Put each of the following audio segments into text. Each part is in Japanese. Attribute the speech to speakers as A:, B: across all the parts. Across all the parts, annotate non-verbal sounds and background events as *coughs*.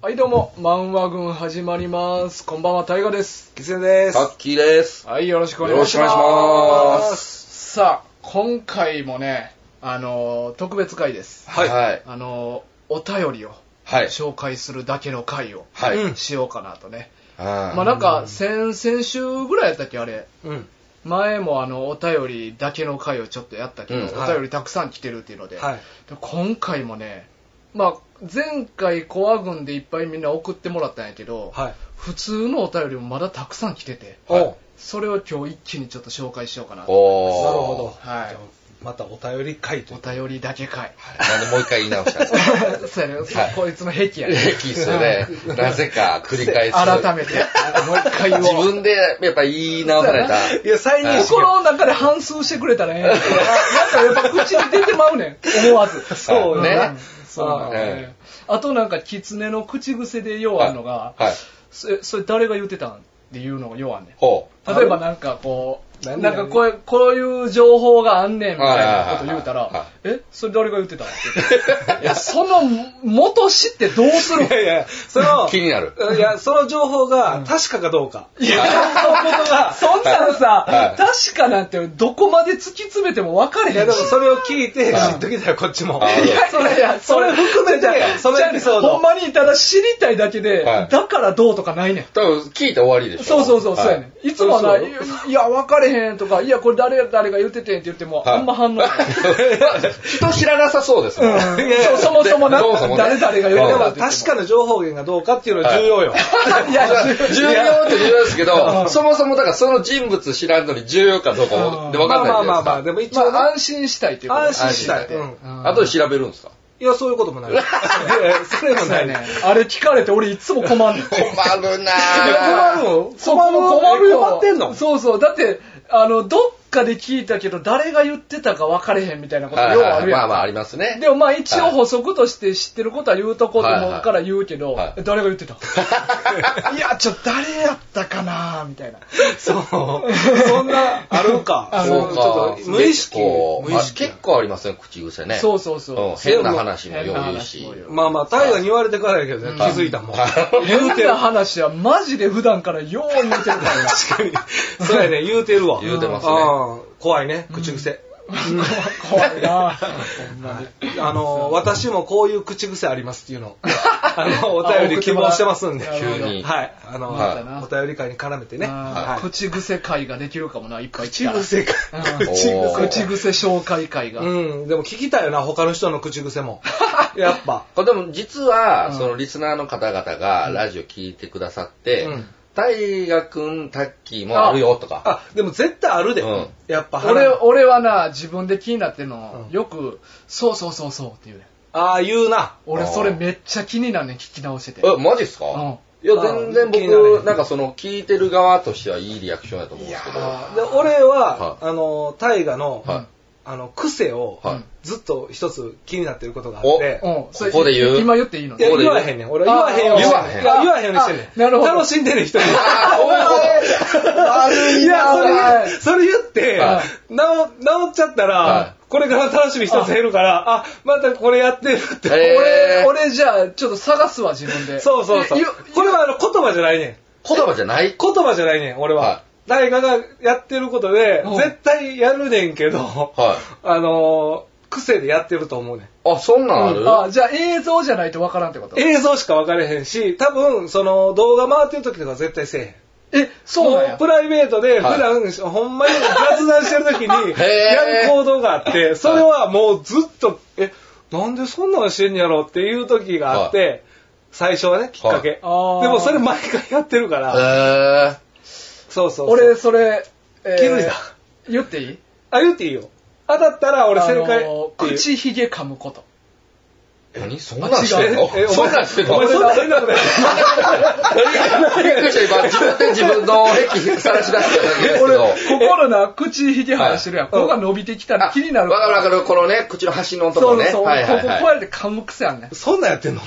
A: はい、どうも、漫画軍始まります。こんばんは、タイガです。
B: キツネです。
C: タッキーです。
A: はい、よろしくお願いします。。
C: よろしくお願いします
A: さあ、今回もね、あのー、特別回です。
B: はい
C: はい。
A: あのー、お便りを
C: はい。
A: 紹介するだけの回を
C: はい。
B: うん
A: しようかなとね。まあ
C: あ
A: なんか、先、先週ぐらいやったっけ、あれ。
B: うん。
A: 前もあの、お便りだけの回をちょっとやったけど、
C: うん
A: お便りたくさん来てるっていうので、
B: はい。
A: で今回もね、まあ、前回コア軍でいっぱいみんな送ってもらったんやけど、
B: はい。
A: 普通のお便りもまだたくさん来てて、
C: はい
B: おう
A: それを今日一気にちょっと紹介しようかなと。
C: おー
B: なるほど。
A: はい
B: じゃあまたお便り会と
A: お。便りだけかい。
C: なんでもう一回言い直したんです
A: *laughs*
C: か *laughs*
A: そうやね、そ
C: はいう
A: こいつの癖やね。
C: 平気っすよね。なぜか繰り返す。
A: 改めて、もう一回言
C: 自
A: おう。
C: 分でやっぱ言い直された。
B: いや、再認識。
A: 心の中で反芻してくれたね。
C: *laughs*
A: なんかやっぱ口に出てまうねん、思わず。
C: そうね
A: んそうなんだね。あとなんか、狐の口癖でようあんのが、
C: はい。
A: それそれ誰が言ってたんっていうのがようあんねん。
C: ほ
A: 例えばなんかこう、
B: 何
A: なんかこうこういう情報があんねんみたいなこと言うた
C: はいはい
A: ら
C: は、
A: え、それ誰が言ってたのって *laughs* 言っていや、その元知ってどうする
B: いやいや、そ
C: *laughs*
B: の
C: う。、気になる。
B: いや、その情報が確かかどうか。
A: いや、そんなことが、そんなのさ
C: は、い
A: 確かなんてどこまで突き詰めても分かれへん
B: い
A: し。
B: や、でもそれを聞いて知
C: はい
B: っときたよ、こっちも。
C: あー
A: いやそれ、いや、それ含めて
B: それ、その
A: じゃあ
B: エピソード
A: ほんまに、ただ知りたいだけで、
C: はい
A: だからどうとかないねん。
C: 多分聞いて終わりでし
A: そ
C: ょ。
A: うそうそう、そうやねん。いつもはな、
B: そう
A: いや、分かれへんとか、いや、これ誰、誰が言っててんって言っても、
C: はい
A: あんま反応ない。
C: *laughs* 人知らなさそうですもん。
B: いやい
A: そ
B: や
A: うそもそもな、
C: そもそも
A: 誰
C: ね
A: 々が言う
B: いや
A: の
B: で
A: か
B: も
A: って言って
B: 確かな情報源がどうかっていうのは重要よ。
A: も。 *laughs* いや、
C: 重要って重要ですけど、そもそもだからその人物知らんのに重要かどうかもで分
B: ま
C: か
B: あ
C: んないじゃな
B: ま
C: いです
B: あま
C: か
B: あまあ、でも一
A: ま
B: 応ね
A: あ、安心したいっていうこと
B: 安心したい。
C: 安心
B: うん
A: うん
C: 後で調べるんですか
B: いや、そういうこともない。いやそれも
A: そう
B: な
A: や
B: い
A: ね。あれ聞かれて俺いつも困んの。
C: *laughs* 困るな
B: 困
C: ぁ。
B: るの
A: そう困るよ。
B: 困ってんの
A: そうそう。だって、あの、どっかで聞いたけど、誰が言ってたか分かれへんみたいなこと、
C: はい
A: よう
C: はい
A: ある
C: ま
A: や
C: あ
A: ん。
C: まああります
A: *laughs*
C: ね。
A: でもまあ一応補足として知ってることは言うとこうと思うから言うけど、
C: はいはい
A: 誰が言ってたいや、ちょ、誰やったかなみたいな。
B: そう。そんな、あるか。
A: あ
C: そ
A: の
C: う
B: ちょ
C: か
B: っと無意識。無
C: 結
B: 意
C: 構
B: 識
C: あ結。構ありますね、口癖ね。
A: そうそうそう
C: うん変な話もよう言うし
A: 変な話も。よ
B: まあまあ、大河に言われてからやけどね、気づいたもん。
A: 変な話はマジで普段からよう言うてるからな。
B: そうやね、言うてるわ。
C: 言うてますね
B: あー怖いね、口癖。
A: 怖いなほんまに。
B: あの、私もこういう口癖ありますっていうの *laughs* をあの、お便り希望してますんで。
A: あ
B: は
A: 送ってもらう
C: 急に
B: い。あの、
A: またな
B: お便り会に絡めてね。
A: あー
B: はい
A: 口癖会ができるかもな、いっぱい来
B: 口
A: たら
B: 癖か
A: うん。
B: 口
C: おー
A: 口癖紹介会が。
B: うん、でも聞きたいよな、他の人の口癖 *laughs* も。やっぱ。
C: これでも実は、
A: うん
C: そのリスナーの方々がラジオ聞いてくださって、
B: うん
C: 大河くん、タッキーもあるよとか。
B: あ、でも絶対あるで
C: うん。
B: やっぱ
A: 俺
B: を。
A: 俺はな、自分で気になってんの、
B: うん
A: よく、そうそうそうそうって言うねん。
B: ああ、言うな。
A: 俺それめっちゃ気になんねん、聞き直してて。
C: え、マジっすか、
A: うん
C: いや、全然
B: あー気になる
C: 僕、なんかその、聞いてる側としてはいいリアクションだと思うんですけど。
A: あー
B: で俺は
C: は、い
B: あの、大
C: は
B: 河の
C: い、
B: あの、癖を
C: はい
B: ずっと一つ気になってることがあって、
A: うん、それ
C: ここで言う
A: 今言っていいの
B: いや、
C: ここで
B: 言
C: 言う
B: わへんねん。俺は言わへんように
C: あー
B: してんねん。い
C: 言
B: や
C: わへん
B: 言わへんようにしてんね
A: あなるほ
B: ん。
A: ど
B: 楽しんでる人に。
C: あー
B: いや、それ
A: はい
B: 言、それ言って
C: は、
B: なお、治っちゃったら
C: は、
B: これから楽しみ一つ減るから、あ、またこれやってるって。
C: えー
A: 俺、俺じゃあ、ちょっと探すわ、自分で。
B: そうそうそう
A: いや。
B: これはあの言葉じゃないねん。
C: 言葉じゃない
B: 言葉じゃないねん、俺
C: は
B: は。誰かがやってることで
A: うん、
B: 絶対やるねんけど、
C: は
B: あのー、癖でやってると思うねん。
C: い。あ、そんなんある、
A: あ、じゃあ映像じゃないとわからんってこと
B: 映像しか分かれへんし、多分、その、動画回ってる時とか絶対せえへん。
A: え、そうなん
B: も
A: や
B: うプ。ライベートで普
C: はい
B: 段、ほんまに雑談してる時に
C: *laughs* へー
B: やる行動があって、それはもうずっと、え、なんでそんなのしてんやろっていう時があって、最初はね、きっかけ。
C: はい
B: で
A: あー
B: もそれ毎回やってるから、
C: へー。
B: そうそうそう。
A: 俺、それ、えー
B: 気づいた。
A: 言っていい
B: あ、言っていいよ。当たったら俺正解
A: あのー
B: っていう。
A: 口ひげ噛むこと。
C: 何そんなんしてんの
B: ええお前
C: そんなんしてんの
B: お前そんなん変なことや
C: びっくりした、今。自分で自分の壁さらし出してたんですけ
A: 俺
C: ど。、
A: 心な口ひげ話してるやん。
B: はい
A: ここが伸びてきたら
C: あ
A: 気になる。
C: わかるわかる。このね、口の端のと
A: そ
C: こ
A: う
C: ね。
A: そう。こここう
C: はい
A: や
C: はいはい。
A: って噛む癖あんねん。
B: そんなんやってんの
C: *laughs*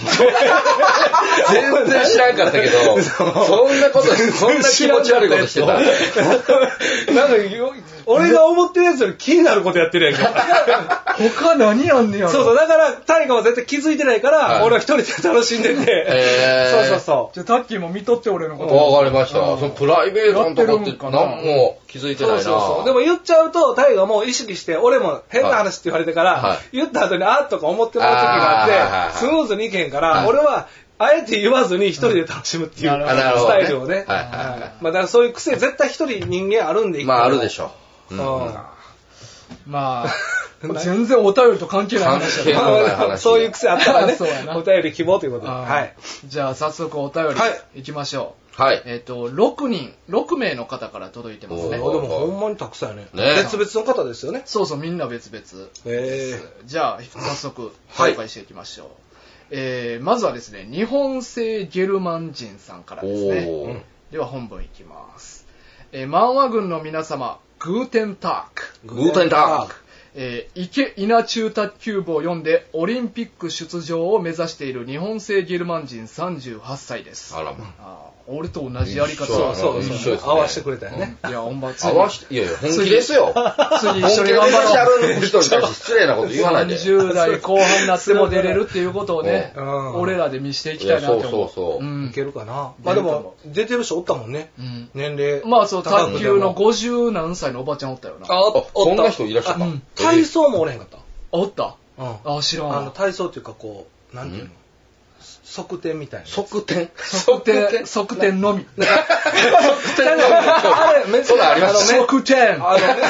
C: 全然知らんかったけど、 *laughs* そんなこと、そんな気持ち悪いこと
B: *laughs*
C: してた。
B: た。なんかよ、俺が思ってるやつより気になることやってるやんか。
C: *laughs*
A: 他何やんねやろ。
B: そうそう、だから、タイガは絶対気気づいてないから、
C: はい
B: 俺は一人で楽しんでて
C: へ、ー
B: そうそうそう。
A: じゃあ、タッキーも見とって、俺のこと。
C: わかりました。
A: うん
C: そのプライベートのとこって何も気づいてない
B: そう
C: な。
B: そうそう。でも言っちゃうと、大がもう意識して、俺も変な話って言われてから、
C: はい
B: 言った後にあーっとか思ってもらう時が
C: あーはい
B: あ
C: はい
B: っ
C: は
B: て、
C: い
B: スムーズにいけんから、
C: はい
B: 俺は、あえて言わずに一人で楽しむっていう、
A: うん
C: あなる
B: ス
C: ほど
B: タ
C: ね
B: イルをね。
C: はいはいはい
B: まあだからそういう癖、絶対一人人間あるんで、
C: まああるでしょう。
B: うん。
C: ん
B: ま
A: ま
C: *laughs*
A: あ、全然お便りと関係ない話だ
C: 関係ない
B: あ、そういう癖あったらね
A: そうや、な
B: お便り希望ということで。
A: あー
B: はい。
A: じゃあ早速お便
B: はい
A: りいきましょ
C: はい。
A: う。えっ、と、6人、6名の方から届いてますね
B: あで。
C: おー
B: もほんまにたくさんやね。
C: ね
B: 別々の方ですよね。
A: そうそう、みんな別々。
B: ええ。
A: じゃあ、早速、
C: はい
A: 紹介していきましょう。えー、まずはですね、日本製ゲルマン人さんからですね。
C: おー。
A: では本文いきます。えー、漫画軍の皆様、グーテンターク。
C: グーテンダーク。
A: えー池稲中卓球部を読んでオリンピック出場を目指している日本製ゲルマン人38歳です
C: あらま。
A: あー俺と同じやり方
C: 一緒
B: そ
C: や
B: う
C: な
B: そう
C: 一緒
B: そう
C: ですね
B: 合わせてくれたよね。
A: いや、ほんま、つい
C: 合わして、いやいや、本気ですよ。
A: 次
C: 本
A: 一緒に
C: 気で
A: 頑
C: 頑
A: 張
C: 張る人に対して失礼なこと言わない
A: ろう。
C: で。
A: 30代後半になっても出れるっていうことをね、
B: うんうん
A: 俺らで見していきたいなって思う。
C: いやそうそうそうん
B: いけるかな。
A: 出
B: まあ
A: る
B: で
A: かも
B: も、出てる人おったもんね。
A: うん
B: 年齢。
A: まあ、そう、
B: 高
A: 卓
B: くて
A: 球
B: も
A: の50何歳のおばちゃんおったよな。あ、
B: あ、お
C: あ
B: っ、
C: そんな人いらっしゃった。
A: あう
C: え
A: ん
C: え
B: 体操もおれへんかった。
A: おった
B: うん。
A: あ、知らん
B: あの、
A: わ。
B: 体操っていうかこう、なんていう
C: う
B: の
C: ん
B: 側転みたいな。
C: 側転
A: 測定、測定のみ。
C: 側転
B: あれ、めっち
C: そんなんありました
A: 測定
B: あのね、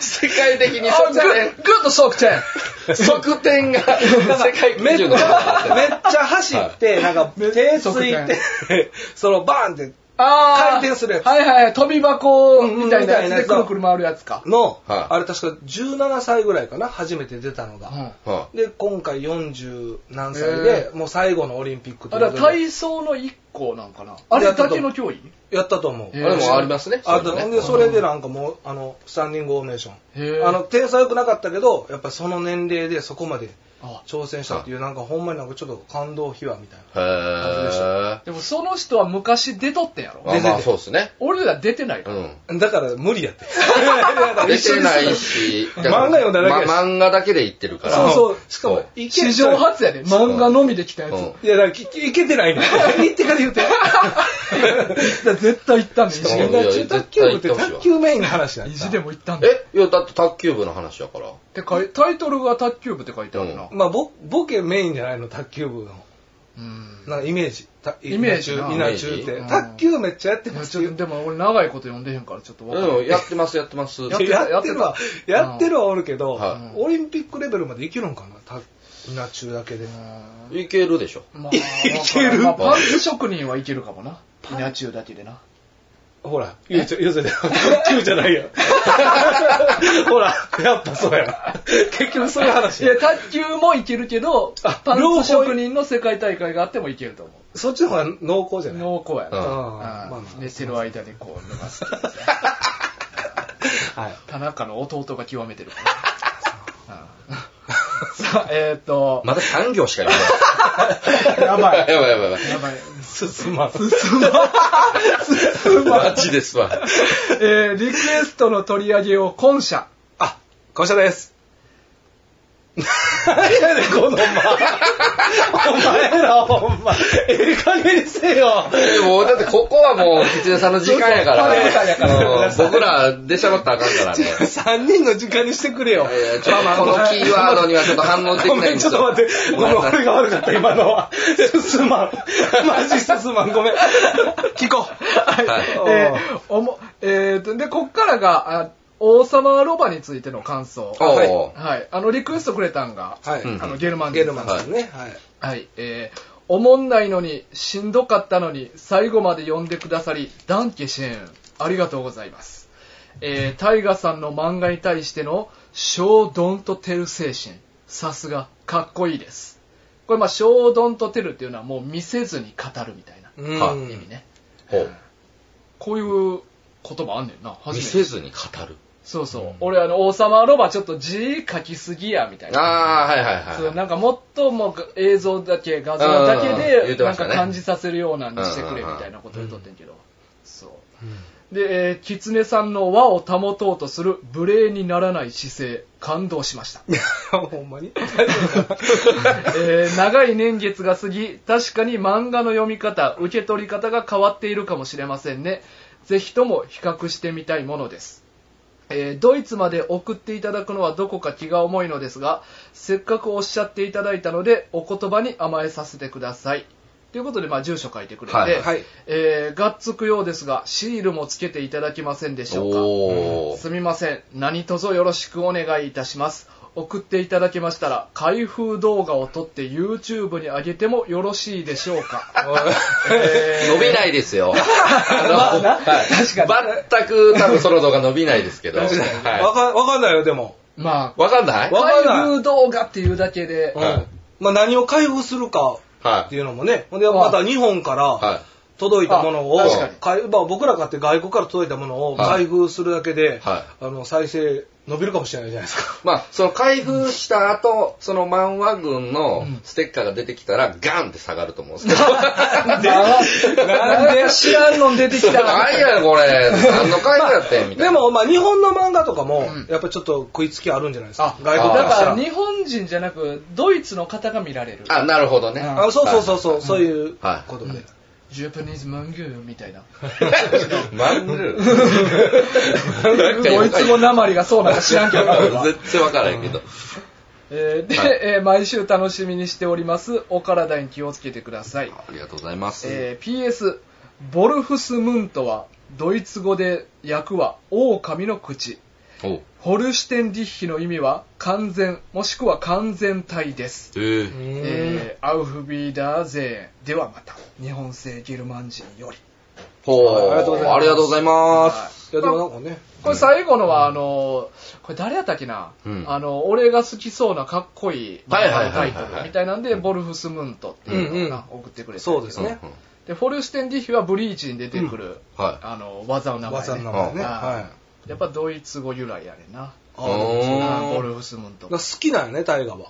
C: 世界的に
A: あ
C: 側
A: グ
C: 転
A: ッグッド測定
C: 側転が世界
B: め
C: 基
B: っち
C: 準
B: ゃ、
C: の
B: めっちゃ走って、なんか、手ついて、その、バーンって、
A: あー
B: 回転するやつ
A: はいはいはい、飛び箱みたいな
B: うんみたいな
A: やつで
B: やつ
A: くるくる回るやつか。
B: の、
C: はい
B: あれ確か17歳ぐらいかな、初めて出たのが。
A: うん
C: は
B: で、今回40何歳で、もう最後のオリンピックと
A: あ
B: いう
A: れ
B: ことで
A: 体操の一個なんかな。あれだけの競技
B: やったと思う。
A: へ
C: い。あれもありますね。
B: あ
C: そういう
B: と
C: の
B: で
C: ね
B: それでなんかもうあのスタンディングオーメーショ
A: へ
B: ン
A: ー
B: あの点差良くなかったけどやっぱその年齢でそこまで
A: あ
B: 挑戦したっていうなんかほんまになんかちょっと感動秘話みた
C: へ
B: い
C: ぇ
A: でもその人は昔出とったやろ。
C: ー。まあそうですね。
A: 俺ら出てないか
C: う
A: ら。
C: ん。
B: なだから無理やって *laughs*
C: 出てないし、
B: 漫画読んだだけやし
C: ま漫画だけで言ってるから。
B: そう *laughs* そうしか
C: そ
B: も
C: う
B: いけ
A: 史上初やで、漫画のみで来たやつ。
C: うん
A: だか
B: いやだからきいけて *laughs* ないの言ってから言う *laughs* て
A: ら絶対行ったんで、意地
C: う
A: でも。
B: 中
C: ん
B: 卓球部って卓球メインの話やっ
A: 意
B: た
A: 地でも行ったんで。っ
C: えいや、だって卓球部の話やから。
A: てかいタイトルが卓球部って書いてあるな。
B: まあボボケメインじゃないの卓球部の
A: うん。
B: なんかイメージた
A: イメージな
B: 稲中稲中っ
C: イメ
B: て
A: ージ
B: 卓球めっちゃやって
A: いや
B: ます
A: ちょっとでも俺長いこと読んでへんからちょっとわかんない
C: うん、やってます、やってます。
A: やってた
B: やってるわ
A: た
B: やってるはおるけど、
C: は
B: オリンピックレベルまでいけるんかなた稲中だけで、
A: うん
C: いけるでしょ。
A: まあ、
B: いける
A: まあパンツ職人はいけるかもな。ピナチュウだけでな。
B: ほらゆうちゃんゆうちゃん卓球じ
A: *laughs*
B: ゃないやほらやっぱそうや結局そういう話
A: いや、卓球もいけるけど
B: あ、
A: パンツ
B: 両
A: 職
B: 方
A: 人の世界大会があってもいけると思う。
B: そっちの方が濃厚じゃない
A: 濃厚や
C: うん
A: な。
B: ああまあま
A: うん
B: あ
A: 寝てる間にこう、伸ばす。
B: *laughs* はい
A: 田中の弟が極めてるから。
B: *laughs*
A: うんさあ、えっと、
C: まだ3行しか言わな
A: *laughs*
C: い。
A: やばい。
C: やばいやばいやばい。
A: やばい。
B: 進まん
C: マジですわ。
A: えーリクエストの取り上げを今社。
B: あこちらです何やねんこのお前お前らほんまええ加減にせよ
C: でもうだってここはもう、吉田さんの時間やか
A: そうそう彼の時間やから
C: ら、うん僕ら出しゃばったらあかんからね。
B: 3人の時間にしてくれよ。
C: いやちょっとこのキーワードにはちょっと反応でき
B: ご
C: ない
B: め
C: ん
B: ん、
C: です
B: ちょ
C: よ。
B: っと待って。ごめん、俺が悪かった、今のは。すまん。マジすまん、ごめん。聞こう。
C: はい
A: *laughs* えーおもえーと、で、こっからが、あ王様ロバについての感想。
C: お
B: はい
C: お
A: はい。あの、リクエストくれたんが、
B: はい。
C: うん
A: あの、ゲルマン
B: ゲ
A: 人
B: ル
A: さ
B: マ
A: ん
B: ンさんね。はい。
A: はい。えー、おもんないのに、しんどかったのに、最後まで呼んでくださり、ダンケシェーン、ありがとうございます。えー、タイガさんの漫画に対しての、小ドンとテル精神、さすが、かっこいいです。これ、まあ、小ドンとテルっていうのは、もう見せずに語るみたいな
B: う
C: は
A: 意味
B: ん。
A: ね。
C: ほう
A: こういう言葉あんねんな、初
C: 見
A: め
C: せ
A: て。
C: ずに語る。
A: そうそう。俺、あの、王様ロバちょっと字書きすぎや、みたいな。
C: ああ、はいはい
A: そう
C: はい。
A: なんかもっともう映像だけ画像だ
C: うんうんうん言
A: け
C: っ
A: で
C: て
A: な
C: ま
A: ん
C: した
A: か
C: ね
A: 感じさせるようなにしてくれみたいなこと言っとってんけど、そう。で、えー、狐さんの和を保とうとする無礼にならない姿勢、感動しました。
B: ほんまに
A: えー長い年月が過ぎ、確かに漫画の読み方、受け取り方が変わっているかもしれませんね。ぜひとも比較してみたいものです。えードイツまで送っていただくのはどこか気が重いのですが、せっかくおっしゃっていただいたので、お言葉に甘えさせてください。ということで、まあ、住所書いてくれて、
C: はい
B: はい
A: えーがっつくようですが、シールもつけていただけませんでしょうか。
C: お
A: す
C: ー。
A: みません。何卒よろしくお願いいたします。送っていただけましたら、開封動画を撮って YouTube に上げてもよろしいでしょうか。 *laughs* え
C: 伸びないですよ。あの
B: まあな確か
C: はい全く多分その動画伸びないですけど。
B: 確かに。わ
C: は
B: かわかんないよ、でも。
A: ーま
C: い。わかんない
A: あ、
B: わかんない
A: 開封動画っていうだけで
B: う、
C: は
B: ん
C: い。
B: まあ何を開封するか
C: は
B: って
C: い。
B: いうのもね。ほんで、また日本から
C: は
B: 届いたものを
A: あ確かに、
B: 開まあ僕ら買って外国から届いたものを
C: はい
B: 開封するだけで、
C: は
B: あの、再生伸びるかもしれないじゃないですか。
C: い。まあ、その開封した後、その漫画群のステッカーが出てきたら、ガンって下がると思うんですけ *laughs* ど。
A: なんで知らんの出てきたら、
C: 何やこれ、何の回だってんみた
B: で
C: いな。
B: も、まあ日本の漫画とかも
A: ん、
B: やっぱちょっと食いつきあるんじゃないです
A: あ
B: か。、外
A: だ
B: 国
C: あ
B: か
C: ー
B: らした
A: から
B: ら。
A: 日本人じゃなく、ドイツの方が見られる。
C: あ、なるほどね。
A: うん
B: あそうそうそうそう、そういう
C: はい
B: ことで。
A: ジャパニーズマングーみたい *laughs* な。
C: マング *laughs* ル
A: ドイツ語なまりがそうなんか知らんけどな。俺は
C: 絶対わからへんけど。
A: えーで、
C: はい
A: えー毎週楽しみにしております。お体に気をつけてください。
C: ありがとうございます。
A: えー PS、ボルフスムントは、ドイツ語で訳は、狼の口。
C: おう
A: ホルシュテンリッヒの意味は、完全、もしくは完全体です。
C: えー
A: えーアウフビーダーゼーンではまた、日本製ゲルマン人より。
C: ほ
B: はいありがとうございま
C: う。
B: す
C: ありがとうございます。
B: いやでもなんかね、
A: これ最後のは、あのーこれ誰やったっけな、
C: うん
A: あの、俺が好きそうなかっこいい
C: はいはい
A: タ
C: はいはい
A: イトルみたいなんで、ボルフスムントっていうのが送ってくれて、
B: そうですね
C: うんうん
A: で、フォルステンディヒはブリーチに出てくる、
C: は
A: あの、技の名前、ね。
B: 技の名前ね。
A: うん
B: はい。
A: やっぱドイツ語由来やねんな。
C: う
B: あー
C: ん
A: あーボルフスムン
B: だ
A: ト
B: から。好きなんよね、大河は。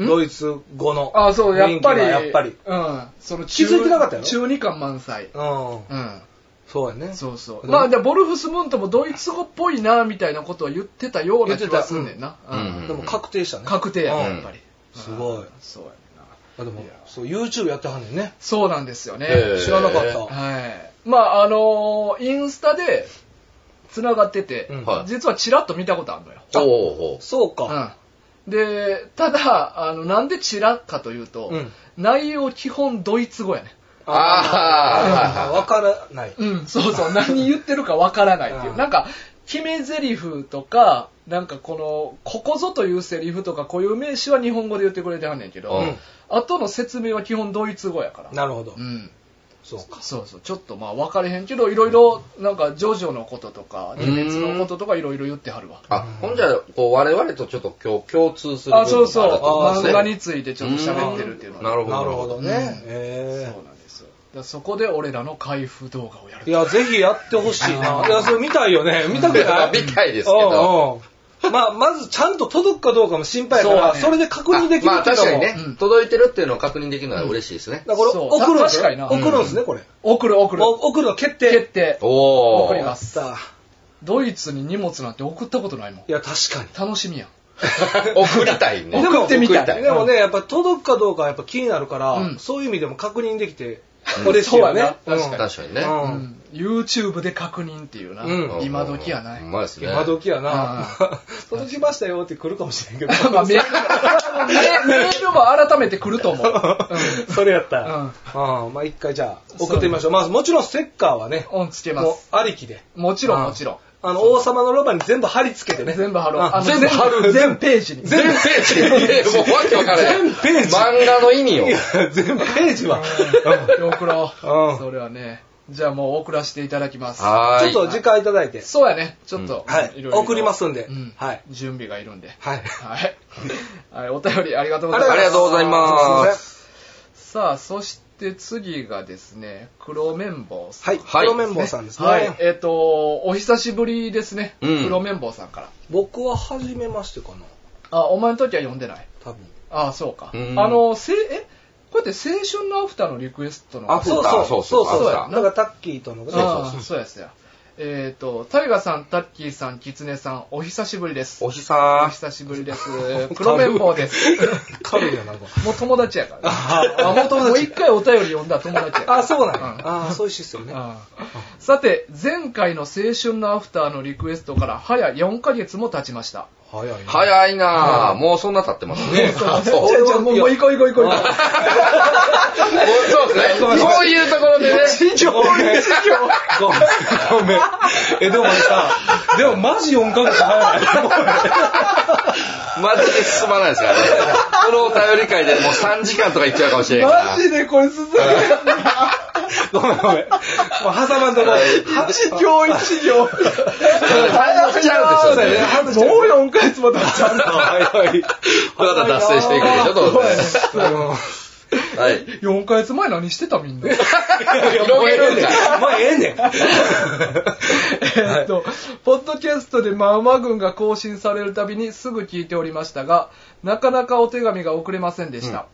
A: ん
B: ドイツ語の。
A: あ、そう、やっぱり。
B: 雰囲気がやっぱり。
A: うん。その
B: 気づいてなかったよ
A: 中二感満載。
B: うん。
A: うん。
B: そうやね。
A: そうそう。
B: うん
A: まあ、でボルフスムントもドイツ語っぽいな、みたいなことは言ってたような気がすんねんな。
C: 言ってたうん
B: でも確定したね。
A: 確定やね、
C: うん
A: やっぱり。
B: すごい
A: うんそうやねんな。
B: あでも
A: いや、
B: そう、YouTube やってはんねんね。
A: そうなんですよね。
C: へえ
B: 知らなかっ
C: え
B: た。
A: はい。まあ、あのーインスタで、繋がってて、
B: うん
C: はい
A: 実はチラッと見たことあるのよ。
C: い。ほうほう。
B: そうか。
A: うん、で、ただ、あの、なんでチラッかというと、
B: うん
A: 内容基本ドイツ語やね。
C: あー
B: わからない。
A: うん、そうそう、何言ってるかわからないっていうう。
B: ん
A: なんか、決め台詞とか、なんかこの、ここぞというセリフとか、固有名詞は日本語で言ってくれてはんねんけど、
C: うん
A: 後の説明は基本ドイツ語やから。
B: なるほど
A: う。ん。
B: そうか。
A: そうそう、ちょっとまあ分かれへんけど、いろいろ、なんか、ジョジョのこととか、
C: うん
A: 鬼滅のこととかいろいろ言ってはるわ。
C: あ、ほんじゃ、こう、我々とちょっと今日共通する部分が
A: あ、そうそう、
C: ると思んです
A: 漫
C: ね
A: 画についてちょっと喋ってるっていうのは
C: なるほど。
B: なるほどね。え
A: そうなんですよ。だからそこで俺らの開封動画をや
B: ーい
A: る。
B: や、ぜひやってほしいな。いや、それ見たいよね。見たく
A: *laughs*
B: ない
C: 見たいですけど。
B: うんうんまあ、まずちゃんと届くかどうかも心配やか
A: そう
B: ら、
A: ね
B: それで確認できる
C: あまあ
B: っていう
C: 確
B: の
C: か
B: も
C: にね、
A: うん
C: 届いてるっていうのを確認できるのは嬉しいですね。
B: だから
A: そう
B: 送るんです
A: 確かにな
B: よ。送るんですね、これ。
A: 送る送る。
B: お送るの決定。
A: 決定。
C: おお。
A: 送り
B: や
A: ま
B: っ
A: す
B: た。
A: ドイツに荷物なんて送ったことないもん
B: い。や、確かに。
A: 楽しみやん。
C: *laughs* 送りたいね。
A: でも送ってみたい
B: でもね、やっぱ届くかどうかはやっぱ気になるから、
A: うん
B: そういう意味でも確認できて
C: うん、
B: 嬉しいよね。
A: そうやな
B: うん
C: 確かにね。
B: う
A: うんん YouTube で確認っていうな。
B: うん
A: 今時やない。
C: う
A: ま
C: まいですね。
B: 今時やな *laughs*
A: う。
B: 届きましたよって来るかもしれんけど。
A: あメールもメメールも改めて来ると思う。
B: *laughs*
A: う
B: *laughs* それやった
A: うん
B: ら。うん。まあ一回じゃあ、送ってみましょう。まあもちろんステッカーはね、
A: ん。オンつけま
B: も
A: す。
B: うありきで。
A: もちろんもちろん。
B: あの、王様のロバに全部貼り付けてね。
A: 全部貼ろう。
B: あ
A: あの
B: 全部貼る。
A: 全ページに。
C: 全ページ。 *laughs* もうわけわからない。
B: 全ページ
C: 漫画の意味を。
B: 全部ページは。
A: うん送ろ
B: う。
A: うんそれはね。じゃあもう送らせていただきます。
C: は
B: ちょ
C: ー
B: っ
C: い。
B: と時間いただいて。
A: そうやね。ちょっと。
B: はい
A: ろろ
B: 送りますんで
A: うん
B: はい
A: 準備がいるんで。
B: はい。
A: はい。 *laughs* はい。お便りありがとうござい
C: あ
A: ま
C: りがとうございます。
A: す。さあ、そして次がですね、黒綿棒さん。
B: はい。
C: はい
B: 黒綿棒さんですね。
A: はい。えっ、と、お久しぶりですね。
C: うん
A: 黒綿棒さんから。
B: 僕は初めましてかな。
A: あ、お前の時は読んでない。
B: 多分。
A: ああ、そうか。
C: うん
A: あの、せ、えこうやって青春のアフターのリクエストの
C: あそうだ
B: そう
C: そ
B: そうう
C: そう
B: そう
C: あった
B: なんかタッキーとのね
C: そう
A: あーそうですよ。えっ、と、タイガさん、タッキーさん、キツネさん、お久しぶりです。
C: おひさ
A: お久しぶりです。黒綿棒 *laughs* です。
B: *laughs* 軽いよなんか
A: もう友達やから、
B: あ
A: あ、もう友達。もう一回お便り読んだら友達やから。
B: あそうなんや
A: うん
B: あそういうシステムね
A: うんさて、前回の青春のアフターのリクエストから早4ヶ月も経ちました。
B: 早いね
C: 早いなぁ。もうそんな経ってますね。そう *laughs* そう
B: じゃあじゃあ
A: もうもう行こう行こう行こう行こ
C: そうですね。そういうところ
A: *laughs*
C: でね。
B: 一行ごめんごめんえでもさでもマジ4ヶ月早い
C: マジで進まないですからね。このお便り会でもう3時間とかいっちゃうかもしれないから。
A: う。マジでこれ進む。
B: ごめんごめんもう挟まんとこ *laughs*
A: 一行一行。
C: 単語しちゃうんですよね。
A: もう4ヶ月も経っちゃう。
B: 早い
C: まだ脱線していくでしょ、当然。はい。
A: 4ヶ月前何してたみんな。
C: 広げるんかい。
B: まあええねん
A: えっと、ポッドキャストでマウマ軍が更新されるたびにすぐ聞いておりましたが、なかなかお手紙が送れませんでした。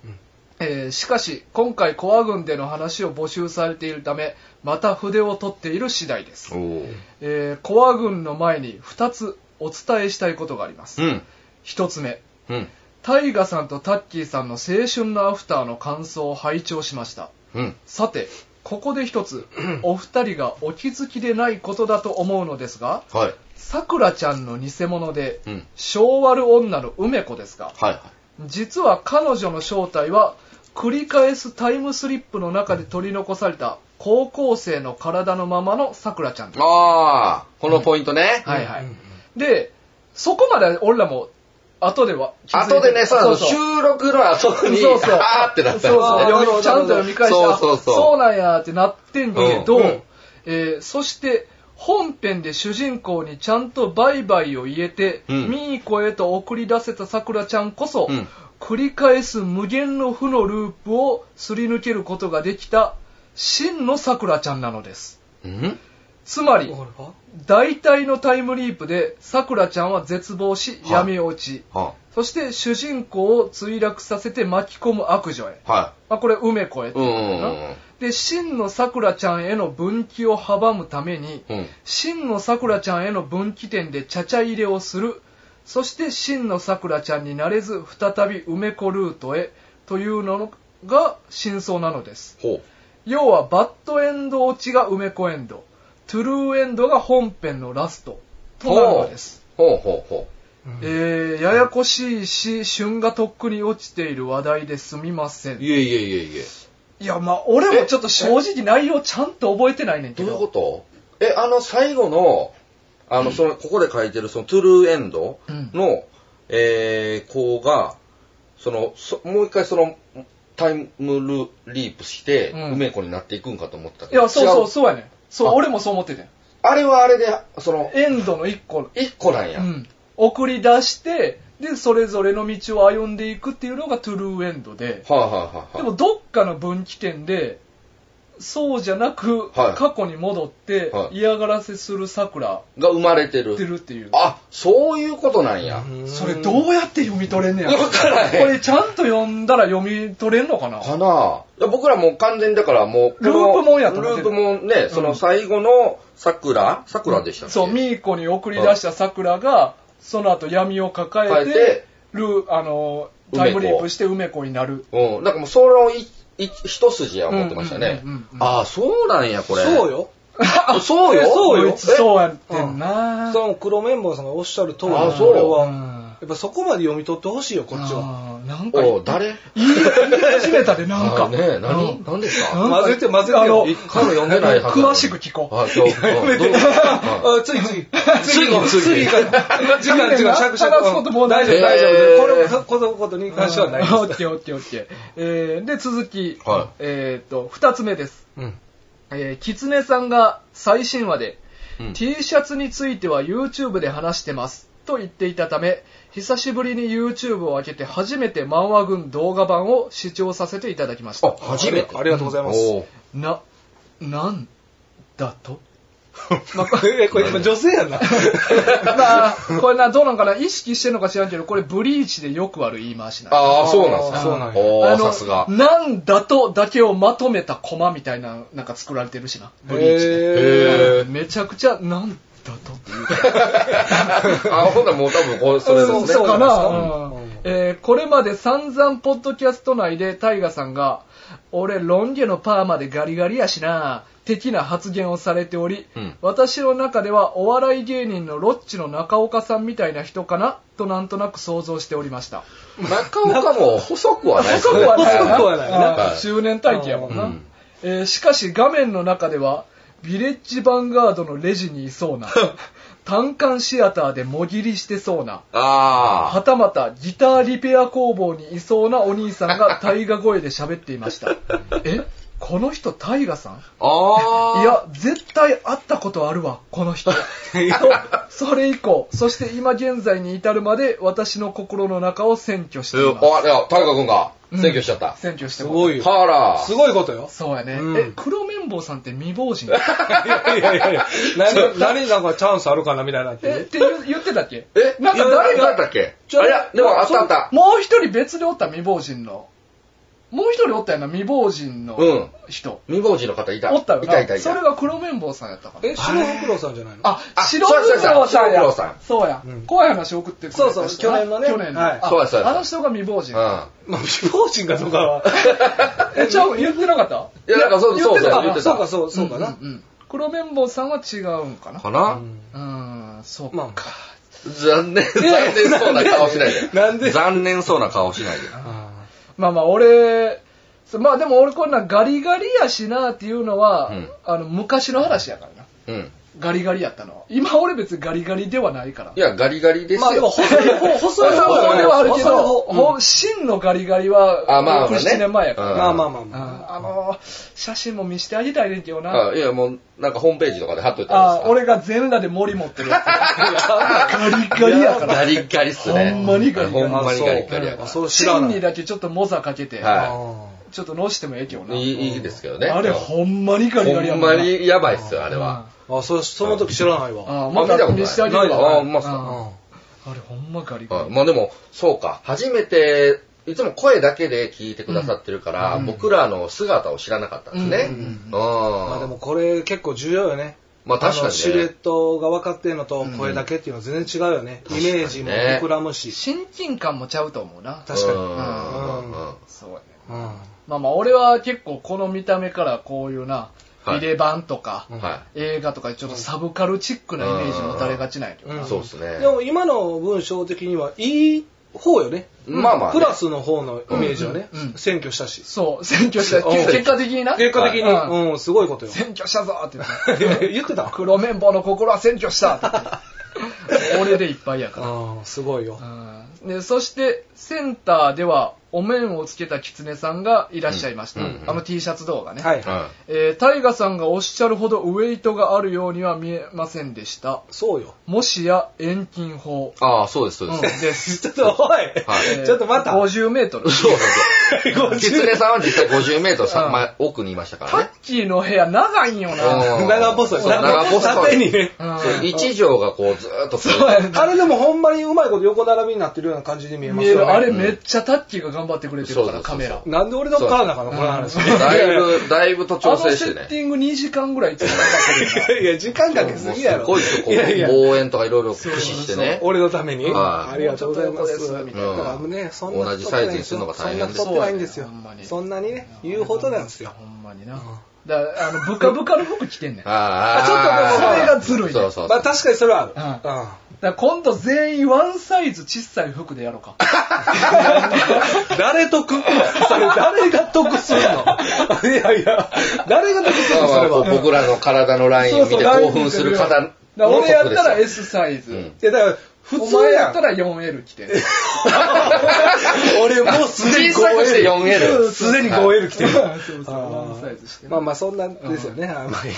A: えーしかし、今回コア軍での話を募集されているため、また筆を取っている次第です。
C: お
A: えーコア軍の前に2つお伝えしたいことがあります。
C: うん。
A: 1つ目、
C: うん。
A: タイガさんとタッキーさんの青春のアフターの感想を拝聴しました。
C: うん。
A: さて、ここで一
C: *clears throat*
A: つ、お二人がお気づきでないことだと思うのですが、
C: はい。
A: さくらちゃんの偽物で、
C: うん。
A: 昭和る女の梅子ですが、
C: はい。
A: 実は彼女の正体は、繰り返すタイムスリップの中で取り残された高校生の体のままのさくらちゃんです。
C: ああ、このポイントね。
A: はいはい。で、そこまで俺らも、後では気づいて
C: 後でね、そうそう
A: そう
C: 収録の後に、
A: そうそう
C: あーってなったん
A: そうそう
C: ですね。
A: 読みちゃんと読み返した
C: そうそうそう
A: そうなんやーってなってんけど、
C: うんうん
A: えーそして本編で主人公にちゃんとバイバイを言えて、
C: うん
A: ミーコへと送り出せたさくらちゃんこそ、
C: うん
A: 繰り返す無限の負のループをすり抜けることができた真のさくらちゃんなのです
C: うん
A: つまり
B: 俺は
A: 大体のタイムリープでさくらちゃんは絶望し
C: はい
A: 闇落ち、
C: は
A: そして主人公を墜落させて巻き込む悪女へ、
C: は
A: まあ、これ梅子へって
C: い。うん
A: 言うのかなで真のさくらちゃんへの分岐を阻むために
C: うんうん。
A: 真のさくらちゃんへの分岐点でちゃちゃ入れをするそして真のさくらちゃんになれず再び梅子ルートへというのが真相なのです
C: ほ
A: 要はバッドエンド落ちが梅子エンドトゥルーエンドが本編のラストとなるのです
C: う。ほうほうほ
A: えーややこしいし、旬がとっくに落ちている話題ですみませ
C: う。
A: ん。
C: いえいえいえいえ。
A: いや、まあ、俺もちょっと正直内容ちゃんと覚えてないねんけ
C: どう
A: ど。
C: いうことえ、あの最後の、あの、その、ここで書いてる、その、トゥルーエンドの、えー、子が、その、そもう一回その、タイムルリープして、
A: うん
C: 梅子になっていくんかと思った
A: いや、そうそう、
C: う。
A: そうやねん。そう、
C: あ
A: 俺もそう思っててん。
C: あれはあれで、その、
A: エンドの一個、
C: 一個なんや。
A: うん、送り出して、で、それぞれの道を歩んでいくっていうのがトゥルーエンドで、
C: はいはいはいはい。
A: でもどっかの分岐点で、そうじゃなく、
C: はい
A: 過去に戻って
C: はい
A: 嫌がらせする桜
C: が生まれてる。
A: ってるっていう。
C: あ、そういうことなんや。
A: それどうやって読み取れんねや。
C: わからへん
A: これちゃんと読んだら読み取れんのかな
C: かなぁ。いや僕らもう完全にだからもう、
A: ループもんやと
C: ル
A: 思って
C: ー
A: る
C: プもんね、その最後の桜桜でしたっけ
A: そう、ミーコに送り出した桜が、その後闇を抱え
C: 抱えて
A: て、ルーあの、タイムリープして梅子になる。
C: うん。なんかもうそれをいい一筋は思ってましたね
A: うんうんうんう。ん
C: ああ、そうなんや、これ。
B: そう。よ
C: そうよ。
B: そうよ
A: こいつそうやってんな。
B: その黒綿棒さんがおっしゃる通り
C: あ
B: の
C: そう
B: これ
A: う
B: は
A: ん
B: やっぱそこまで読み取ってほしいよこっちは
A: あーなんか、
C: おう誰
A: 言い始めたで、なん
C: あ
A: か。
C: ーね
A: う
C: 何
A: ん
C: 何です
A: なん
C: か
A: か
B: 混ぜて混ぜて
A: あの
C: 一回も読んでないはず。
A: 詳しく聞こ
C: あ、そう。うんどうはい
B: あ、次、次。次、
C: 次
B: 次。時間、時間、尺、尺。
A: 話すこともうない
B: 大丈夫、
C: えー
B: 大丈夫。これも、かこのことに
A: う。
B: 関してはない
A: オ
B: で
A: ッ
B: す。
A: ケーオッケーオッケー。えーで、続き、
C: はい
A: えっと、二つ目です。
B: うん。
A: えー、キツネさんが最新話で、
C: うん
A: T シャツについては YouTube で話してますと言っていたため久しぶりに YouTube を開けて初めて漫画軍動画版を視聴させていただきました
C: あ、初めて。
B: ありがとうございます
C: おう *laughs*
A: ななんだと
B: まあ、えこれ今女性やんな。
A: まあ、これな、どうなんかな、意識してんのか知らんけど、これブリーチでよくある言い回しなんです
C: ああ、そうなんですか。
B: そうなんや
C: お
A: あ
C: ー、
A: の
C: さすが。
A: なんだとだけをまとめたコマみたいな、なんか作られてるしな、ブリーチで。
B: へ
C: へー
A: めちゃくちゃ、なんだとっていうか。
C: あ、ほんならもう多分これ、それです
A: そ
C: ね。
A: うそうかな、うん
B: うん
A: えーこれまで散々ポッドキャスト内でタイガさんが俺ロン毛のパーマでガリガリやしな的な発言をされており、
C: うん
A: 私の中ではお笑い芸人のロッチの中岡さんみたいな人かなとなんとなく想像しておりました
C: 中岡も細くはないです
A: 細
C: ね。
A: くはない
B: 細くは
A: な
B: ない
C: はい
A: 中年体型やもんな、
C: うん
A: えーしかし画面の中ではビレッジヴァンガードのレジにいそうな
C: *laughs*
A: 単館シアターでもぎりしてそうなは
C: あ
A: たまたギターリペア工房にいそうなお兄さんが大河声で喋っていました。えこの人大河さん
C: あ。ああ。
A: い、や、絶対会ったことあるわ、この人。とそれ以降、そして今現在に至るまで私の心の中を占拠していま
C: あ、いや、大河君が選挙しちゃった。
A: す。占拠して
B: す
A: ます
B: ごいよ。
C: はら。
B: すごいことよ。
A: そうやね。
B: うん
A: え、黒綿棒さんって未亡人
B: いやいやいやいや *laughs* 何、何なんかチャンスあるかなみたいなってい
A: え、っ
B: う。
A: て言う言ってたっけ
C: え、
A: なんか誰
C: だっ
A: が、
C: たっけ
A: ちょ
C: あいや、でもあったあった。
A: もう一人別でおった未亡人の。もう一人おったよな、未亡人の
C: うん
A: 人。
C: 未亡人の方いた。
A: おったよ
C: い
A: な
C: たいたい
A: それ
C: た。
A: が黒綿棒さんやったから。
B: え、白袋さんじゃないの
A: あ、
C: あ
A: 白黒さんや。
C: そうそうそう白黒さん
A: そうや
B: うん。
A: 怖い話送ってくれた人な
B: そうそう去年のね
A: 去年の。
B: はい
A: あ
C: そうやそうや
A: あの人が未亡人。
C: う
B: まあ、未亡人かどうか *laughs* は。
A: *laughs* え、ちゃう言ってなかった
C: いやなんかそう
A: 言ってた
C: 言ってた
B: そうか、そう、そうかな。
A: んんん黒綿棒さんは違うんか
C: ん。
A: な。
C: か
B: う
C: なん
A: うーん、そう
B: ま
A: か。
C: 残念、残念そうな顔しないで。
B: なんで
C: 残念そうな顔しないで。
B: あ
A: まあまあ、俺、そうまあでも俺こんなんガリガリやしなっていうのは
C: うん、
A: あの、昔の話やからな。
C: うん。
A: ガリガリやったのは。今俺別にガリガリではないから
C: い。や、ガリガリで
B: ー
C: す
B: まあ、でも
C: よ。
B: 細い方、細い
A: そう
B: 方
A: そうではあるけ
B: 細い方
A: ど、
B: うん
A: ほん真のガリガリは、
C: あまあ
A: 6、
C: まあね
A: 7年前やから。
C: うん
B: まあまあまあ
A: う
B: まあ。
A: んあのー、写真も見してあげたいねんけどな。
C: あいや、もう、なんかホームページとかで貼っといたらいい
A: あ
C: ですか
A: 俺が全裸で森持ってるやつ。ガリガリやから。
C: ガリガリっすね。
A: ほんまにガリガリ
C: ほんまにガリガリや
B: あ
C: か
B: そう知ら
A: 真
B: な
A: に
B: い。
A: だけちょっとモザかけて、
C: はい
B: あ
A: ちょっとのしてもええけど
C: ら。
A: な。
C: いいいいですけどね。
A: あれ
C: ほ
A: ほんまにガリガリや
C: ん
A: も
C: ま
A: な
C: にやばいっすよ、あれは。
B: ーあ、そ、その時知らない
A: うん
B: わ。
A: あま
C: あ見た
A: た
C: ことない
A: 見してあげる
B: ない
A: わ。
B: わ
C: あほんまっすか
A: うん
B: う
A: あ
B: ん
A: れほんまガリガ
C: はい
A: リ。
C: まあでも、そうか。初めて、いつも声だけで聞いてくださってるから、
A: うん
C: 僕らの姿を知らなかったんですね。
A: うん
C: うん。
B: ま
C: ま
B: あでもこれ結構重要よね。
C: まあ確かに
B: の
C: ね
B: シルエットが分かってんのと
A: うん
B: 声だけっていうのは全然違うよね。イ
C: 確かにね
B: メージも膨らむし。
A: 親近感もちゃうと思うな。
B: 確かに
C: うん
B: うん
C: うん
A: そうやね。
B: うん。
A: まあまあ俺は結構この見た目からこういうな、
C: はい
A: ビレ版とか、
B: うん
C: は
A: 映画とかちょっとサブカルチックなイメージ持たれがちなんやけどな、
C: い。
B: うん
C: そうですね。
B: でも今の文章的にはいい方よね。
C: まあまあね
B: プラスの方のイメージをね
A: うんうん、
B: 選挙したし。
A: そう選挙した
B: うん
A: 結果的にな
B: 結果的に、
A: は
B: うん、すごいことよ。
A: 選挙したぞって言っ
B: *laughs* 言って
A: た
B: た
A: 黒綿棒の心は選挙したって言って俺でいっぱいやから
B: うん、すごいよ。
A: うんでそしてセンターではお面をつけた狐さんがいらっしゃいました、
C: うんうん
A: あの T シャツ動画ね、
B: はい。
C: は
A: えー、タイガさんがおっしゃるほどウェイトがあるようには見えませんでした
B: そうよ。 *laughs*
A: もしや遠近法
C: い。ああ、そうです、そう
A: う
C: で
A: ん
C: す。
A: です
B: ちょっと、おい、
A: えー
B: ちょっと待った。
A: 50メートル。
C: そうそうそう。キツネ
B: 50
C: さん
A: *laughs*
C: は実際50メートル
A: うん
C: 前奥にいましたか
A: タ
C: らね
A: ッ。キーの部屋長いんよな。
C: うん
B: *laughs* 長細い。
C: そう長細い
B: 縦にね。
A: うん
C: そう一条がこうずーっとこ
A: そうやね
B: あれでもほんまにうまいこと横並びになってるような感じに見えま
A: 見
B: す
A: え
B: よね。
A: る。あれめっちゃタッキーが頑張ってくれてるから、
C: そ
A: カ
C: うそうそう
A: メ
C: そう
A: ラ。
B: なんで俺のカーナかな、この話。
A: うん
C: だ
B: いや
C: い
B: *laughs* い
C: ぶ、だいぶと
A: あの
C: 調整し
A: セ
C: て
A: ッ
C: ね。
A: ティング2時間ぐらいいつもかかってるな。
B: やいや、時間かけす
C: もう
B: ぎやろ。
C: すごいですよ
B: いやいや
C: こう、応援とかいろいろ駆使してね。
B: 俺のために、
C: はい
B: ありがとうございます。
A: うん
B: みたいなだからね、そんな
C: 同じサイズにするのが大変です
B: そんな太ってないんですよ
A: そうやねほんま。に
B: そんなにね、言うほどなんですよ。
A: ほんまにな。だから、あの、ブカブカの服着てんねん。だか
C: あ
A: あちょっとでもそれがずるいね
C: そうそう
B: まあ確かにそれはあ
A: ら今度全員ワンサイズ小さい服でやろうか。
B: る。うん。誰得 *laughs* それ誰が得
C: *laughs*
B: するのいやいや、誰が得するのそ
C: まあ
B: れ
C: まあ
B: は。
C: こう僕らの体のラインを見て興奮する方の
A: だから俺やったら
C: トップですよ
A: S サイズ。
B: いやだから、普
A: お
B: 通
A: 前や
B: や
A: っ
B: ん
A: た。ら 4L 着て。 *laughs*
B: 俺もうすでに
C: 小さくして
B: 5L。
C: 4L。
B: すでに 5L 来てる。
A: そうそう、
B: あ
A: ワン
B: ー
A: サイズしてね
B: まあまあそんなんですよね。あんまり。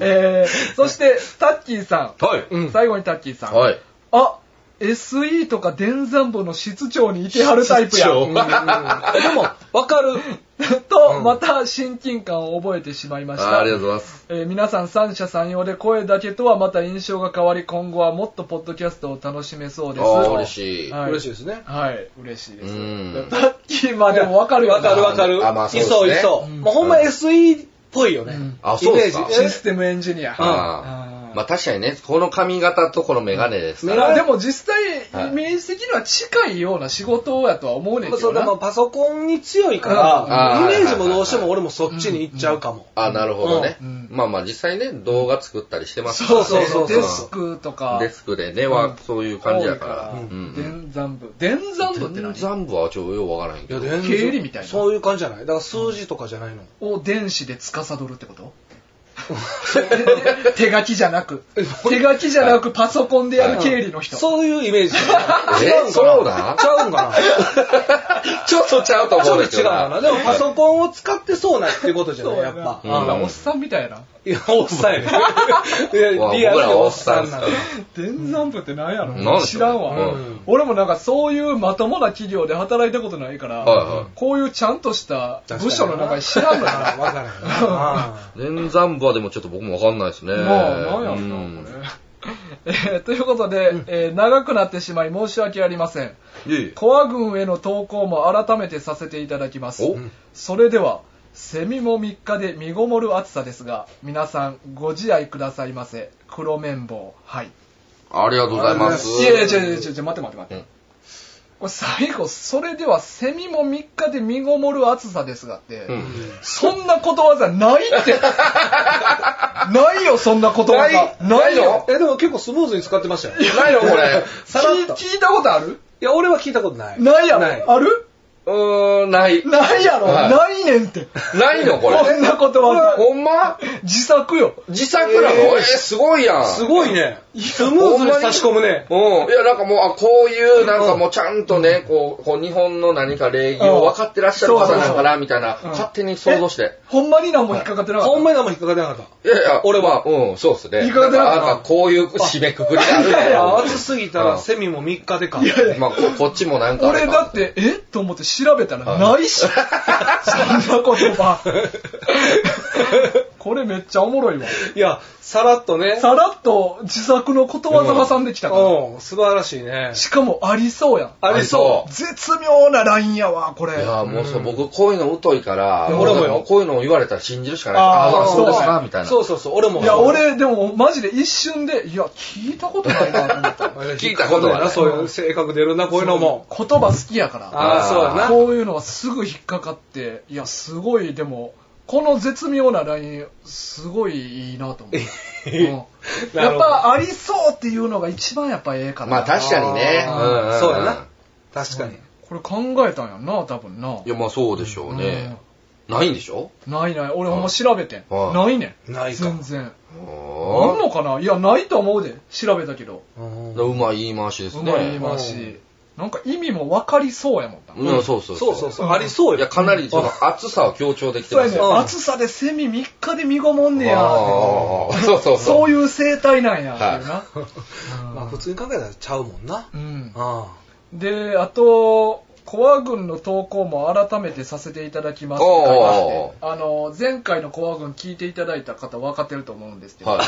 A: えー、そして、タッキーさん。
C: はい。
B: うん
A: 最後にタッキーさん。
C: はい。
A: あ、 SE とか電山部の室長にいてはるタイプや。
C: 室
A: う
C: 長
A: んうん
B: でも、わかる。
A: *laughs* と、また親近感を覚えてしまいまし
C: あー
A: た
C: あり。がとうございます。
A: えー皆さん三者三様で声だけとはまた印象が変わり、今後はもっとポッドキャストを楽しめそうです。
C: ああ、嬉しい。
A: はい
B: 嬉しいですね。
A: はい、嬉しいで
C: う
A: す。
C: ん
A: さっきまでもわかるよ
B: わ
A: な
B: かるわかる。
C: あまあそう
B: い
C: ですね
B: そういそう。
A: うん
B: もうほんま SE っぽいよね。
A: うん
C: あそうですか
B: イメージ
A: システムエンジニア。
C: あ
A: う
C: あ
A: ん
C: まあ確かにね、この髪型とこのメガネですか
A: ま
C: ら。
A: あでも実
C: は
A: 際、
C: い
A: イメージ的には近いような仕事やとは思うねん
B: まあ
A: け
B: そ
A: ど
B: うで
A: な。
B: もパソコンに強いか
C: うん
B: ら、イ
C: あー
B: メージもどうしても俺もそっちに行っちゃうかも。
C: あなるほどね
A: う。ん
C: まあまあ実際ね、動画作ったりしてますから
B: そ
C: ね。
B: うそうそ
A: デ
B: う
A: スクとか、
C: デスクでね、はそういう感じやから。
A: 多い
C: うんう
A: 電
C: ん
A: 算部。電算部って
C: 全
A: 何
C: 残部はちょっとようわからへんけど。
B: 全然
A: 経理みたいな
B: そういう感じじゃないだから数字とかじゃないの。
A: を電子で司るってこと *laughs* 手書きじゃなく、手書きじゃなくパソコンでやる経理の人。
B: そういうイメ
C: *laughs*
B: ージ。
C: え
B: 違う
C: そう
B: んかな
C: なん
B: ちゃうんかな
C: ちょっとちゃうと
B: ち
C: 思
B: ょ
C: うん
B: っ
C: ですけ
B: と違う
C: ど
B: かな。でもパソコンを使ってそうなっていうことじゃないやっぱ。
C: うん
A: 今おっさんみたいな。
B: いや、おっさんやね。
C: *laughs*
B: いや
C: うわ
B: リアル
C: 僕
B: で
C: ら
B: お
C: お
B: っ
C: っ
B: さ
C: さ
B: ん
C: ん
B: な
C: さ
B: の。
A: 電算部って何や
C: なん
A: ろ
C: でし
A: 知
C: ょう
A: らんわ、
C: うん
A: 俺もなんかそういうまともな企業で働いたことないから、
C: はいはい
A: こういうちゃんとした部署の名前知らんのよな。
B: わからへんな。
C: 全残部はでもちょっと僕もわかんないです
A: *laughs*
C: ね。
A: もう、なんやろ
C: う
A: な、
C: ん
A: これ。えーということで、えー長くなってしまい申し訳ありません。
C: いえいえ
A: コア軍への投稿も改めてさせていただきます
C: お。
A: それでは、セミも3日で身ごもる暑さですが、皆さんご自愛くださいませ。黒綿棒。はい。
C: ありがとうございます。
A: いやいや、ちょいちょいちょい、待って待って待って。
C: うん
A: これ最後、それではセミも3日で身ごもる暑さですがって、
C: うん
A: そんなことわざない
C: *laughs*
A: って。ないよ、そんなことわざ。
C: ないないの
B: え、でも結構スムーズに使ってましたよ。い
C: ないのこれ。
B: さらっと
A: 聞聞いたことある
B: や、俺は聞いたことない。
A: ないやろ
B: ない
A: ある
C: うーん、ない。
A: ないやろ、
C: はい
A: ないねんって。
C: ないのこ
A: こ
C: れ。
A: んなことわざ。
C: ほんま
A: 自作よ。
C: 自作なの
B: えー
C: えーすごいやん。
B: すごいね。スムーズに差し込むね。
C: うん。いや、なんかもう、あ、こういう、なんかもうちゃんとね、こう、こう日本の何か礼儀を分かってらっしゃる方なのかな、みたいな、
A: うん
C: 勝手に想像して。
A: ほんまに何も引っかかってなかった。
B: ほんまに何も引っかかってなかった。
C: いやいや、
B: 俺
C: は、うん、そうですね。
A: いかがでな
C: なん
A: か
C: んかこういう締めくくりがあるん
B: いや
C: だ
B: いや、
C: よ。
B: 暑すぎたらセミも3日でか。
C: まあ、ここっちもなんかあれ
A: 俺
C: か。
A: だって、えと思って調べたら、
C: は
A: ない
B: *laughs*
A: し。そんな言葉。これめっちゃおもろいわ。
B: いや、さらっとね。
A: さらっと自作のことわざ挟んできたから。
B: うん、素晴らしいね。
A: しかもありそうやん。
B: ありそ
A: 絶妙なラインやわ、これ。
C: いや、もうそう、僕、こういうの疎いから、
B: いや俺もよ。
C: うこういうのを言われたら信じるしかない。
A: あ
C: あ
A: ー
C: あ、そうです
A: そう
C: か、みたいうな。
B: そうそうそう、俺も。
A: いや、俺、でも、マジで一瞬で、いや、聞いたことないなと思
B: *laughs*
A: った。
C: 聞いたことはない
B: そういう性格出るな、こういうのも。
A: 言葉好きやか
B: ああ、そうや
A: ら、
B: な。
A: こういうのはすぐ引っかかって、いや、すごい、でも、この絶妙なライン、すごいいいなと思ううん。
B: なる
A: や
B: ほ
A: っ
B: ど
A: ぱ、ありそうっていうのが一番やっぱええかな。
C: まあ、確かにね。
A: あ
C: う
A: ー
C: んんん
B: そうやな。確かに。
A: これ考えたんやんな、多分な。
C: いや、まあ、そうでしょうね。ないんでしょ
A: ないない。俺ほんま調べてん。
C: はい
A: ないね。
B: なんいか。
A: 全然。
C: あ
A: あん
C: ー
A: のかないや、ないと思うで。調べたけど。
B: うん
C: うまい言い回しです
A: う
C: ね。
A: まい言い回し。なんか意味も分かりそうやもんな。
C: うん、そうそう
B: そうそうそう、
A: うん
B: ありそう
C: い
B: よ
C: や、。かなりその暑さを強調できて
A: そう
C: ま
A: や
C: す
A: ね
C: よ。
B: うん
A: 暑さでセミ3日で身ごもんねや。
C: あーそうそ
A: そ
C: うそうう。
A: いう生態なんや、っていうな
C: は。
B: *laughs* まあ普通に考えたらちゃうもんな。
A: うん
B: あ
A: で、あと、コア軍の投稿も改めてさせていただきます。
C: おー
A: はいあの、前回のコア軍聞いていただいた方分かってると思うんですけど、
C: は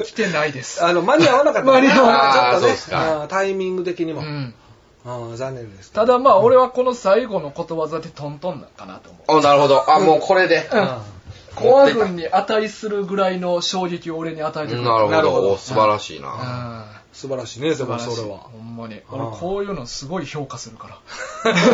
C: い。
A: 来てないです。
B: あの、間に合わなかった。
A: 間に合わなか
C: った
B: あーちょ
C: そう
B: っ
C: っ
B: と
C: す
B: ね
C: か
B: あー、タイミング的に
A: う
B: も。
A: ん
B: あー残念です。
A: ただまあ、俺はこの最後のことわざでトントンなんかなと思う。
C: あ、なるほど。あ、もうこれで。
B: あ
A: コア軍に値するぐらいの衝撃を俺に与えてくれた
C: なる
B: な
C: ほ
B: るほど
C: ど。お素晴らしいな。
A: あ
B: ー素晴らしいね、で
A: 素晴
B: も
A: らし
B: そ
A: い
B: れは。
A: ほんまに
B: あ
A: 俺
B: ー
A: こういうのすごい評価するから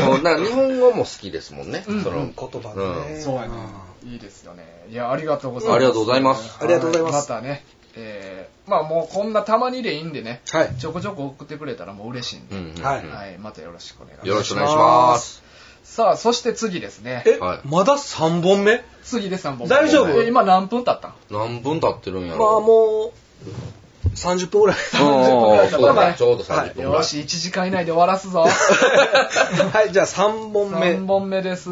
C: もうなんか日本語も好きですもんね。そ
A: うん
C: の
B: 言葉でね。
A: そうやね
B: あ
A: いいですよねいやありがとうございます
C: ありがとうございます
A: は
B: ありがとうございます
A: またねえーまあもうこんなたまにでいいんでね
B: ーはい。
A: ちょこちょこ送ってくれたらもう嬉しいん
C: う
A: で、
C: んうん
B: はい
A: はいまたよろしくお願いします
C: よろしくお願いします。
A: さあそして次ですね
B: え
C: は、い
B: まだ3本目
A: 次で3本目
B: 大丈夫
A: え今何分経ったん
C: 何分経ってるんや
B: まあ
C: ろ。
B: もう、30分ぐらい。
C: うん
A: 30分
C: そ
A: ぐらいだ
C: うだ
A: ね
C: ね。ちょうど30分ぐら
A: よ
C: い。
A: し1時間以内で終わらすぞ
B: *laughs* はい、じゃあ3本目。
A: 3本目です。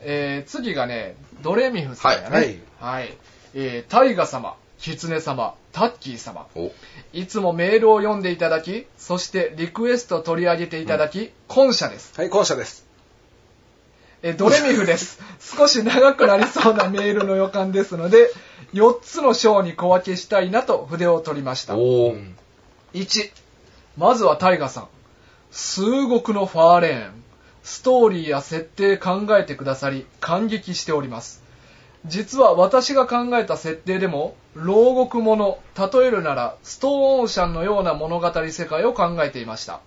A: えー次がね、ドレミフさんやね。は
B: はいい。
A: はい。えー、大河様、狐様、タッキー様、
C: お、
A: いつもメールを読んでいただき、そしてリクエストを取り上げていただき、今社です。
B: はい、今社です。
A: え、ドレミフです。 *laughs* 少し長くなりそうなメールの予感ですので、4つの章に小分けしたいなと筆を取りました。
C: おー、
A: 1まずはタイガさん数国のファーレーンストーリーや設定考えてくださり感激しております実は私が考えた設定でも牢獄もの例えるならストーンオーシャンのような物語世界を考えていました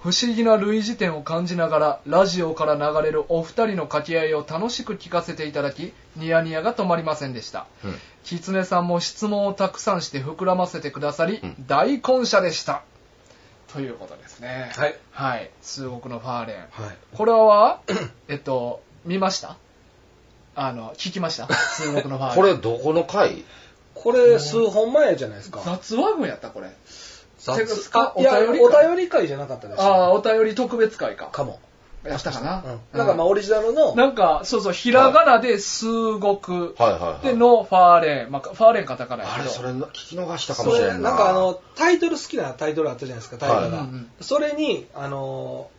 A: 不思議な類似点を感じながらラジオから流れるお二人の掛け合いを楽しく聞かせていただきニヤニヤが止まりませんでした
C: うん
A: 狐さんも質問をたくさんして膨らませてくださり、
C: うん
A: 大根社でしたということですね
B: はい、
A: はい、数国のファーレン
C: はい。
A: これは
B: *coughs*
A: えっと見ましたあの聞きました数国のファーレン
C: これどこの回
B: これ、数本前じゃないですか。
A: 雑話文やったこれてか
B: あ
A: あ、
B: いや、
A: お
B: お
A: 便
B: 便
A: り会
B: り会じゃなかったでし
A: ああ
B: ょ。
A: お便り特別会か
B: かも。
A: やったかな、
B: うんなんか、まあ、オリジナルの、
A: なんかそうそうひらがなで数国
C: はいはい
A: で
C: はい。
A: のファーレン、まあ、ファーレンカタカナやけ
C: あ
A: ど
C: れ、それ聞き逃したか
B: そ
C: もし
B: れ
C: れ
B: なんん
C: な。
B: かあの、タイトル好きなタイトルあったじゃないですか、タイトルが。
A: はいうんうん
B: それに、あのー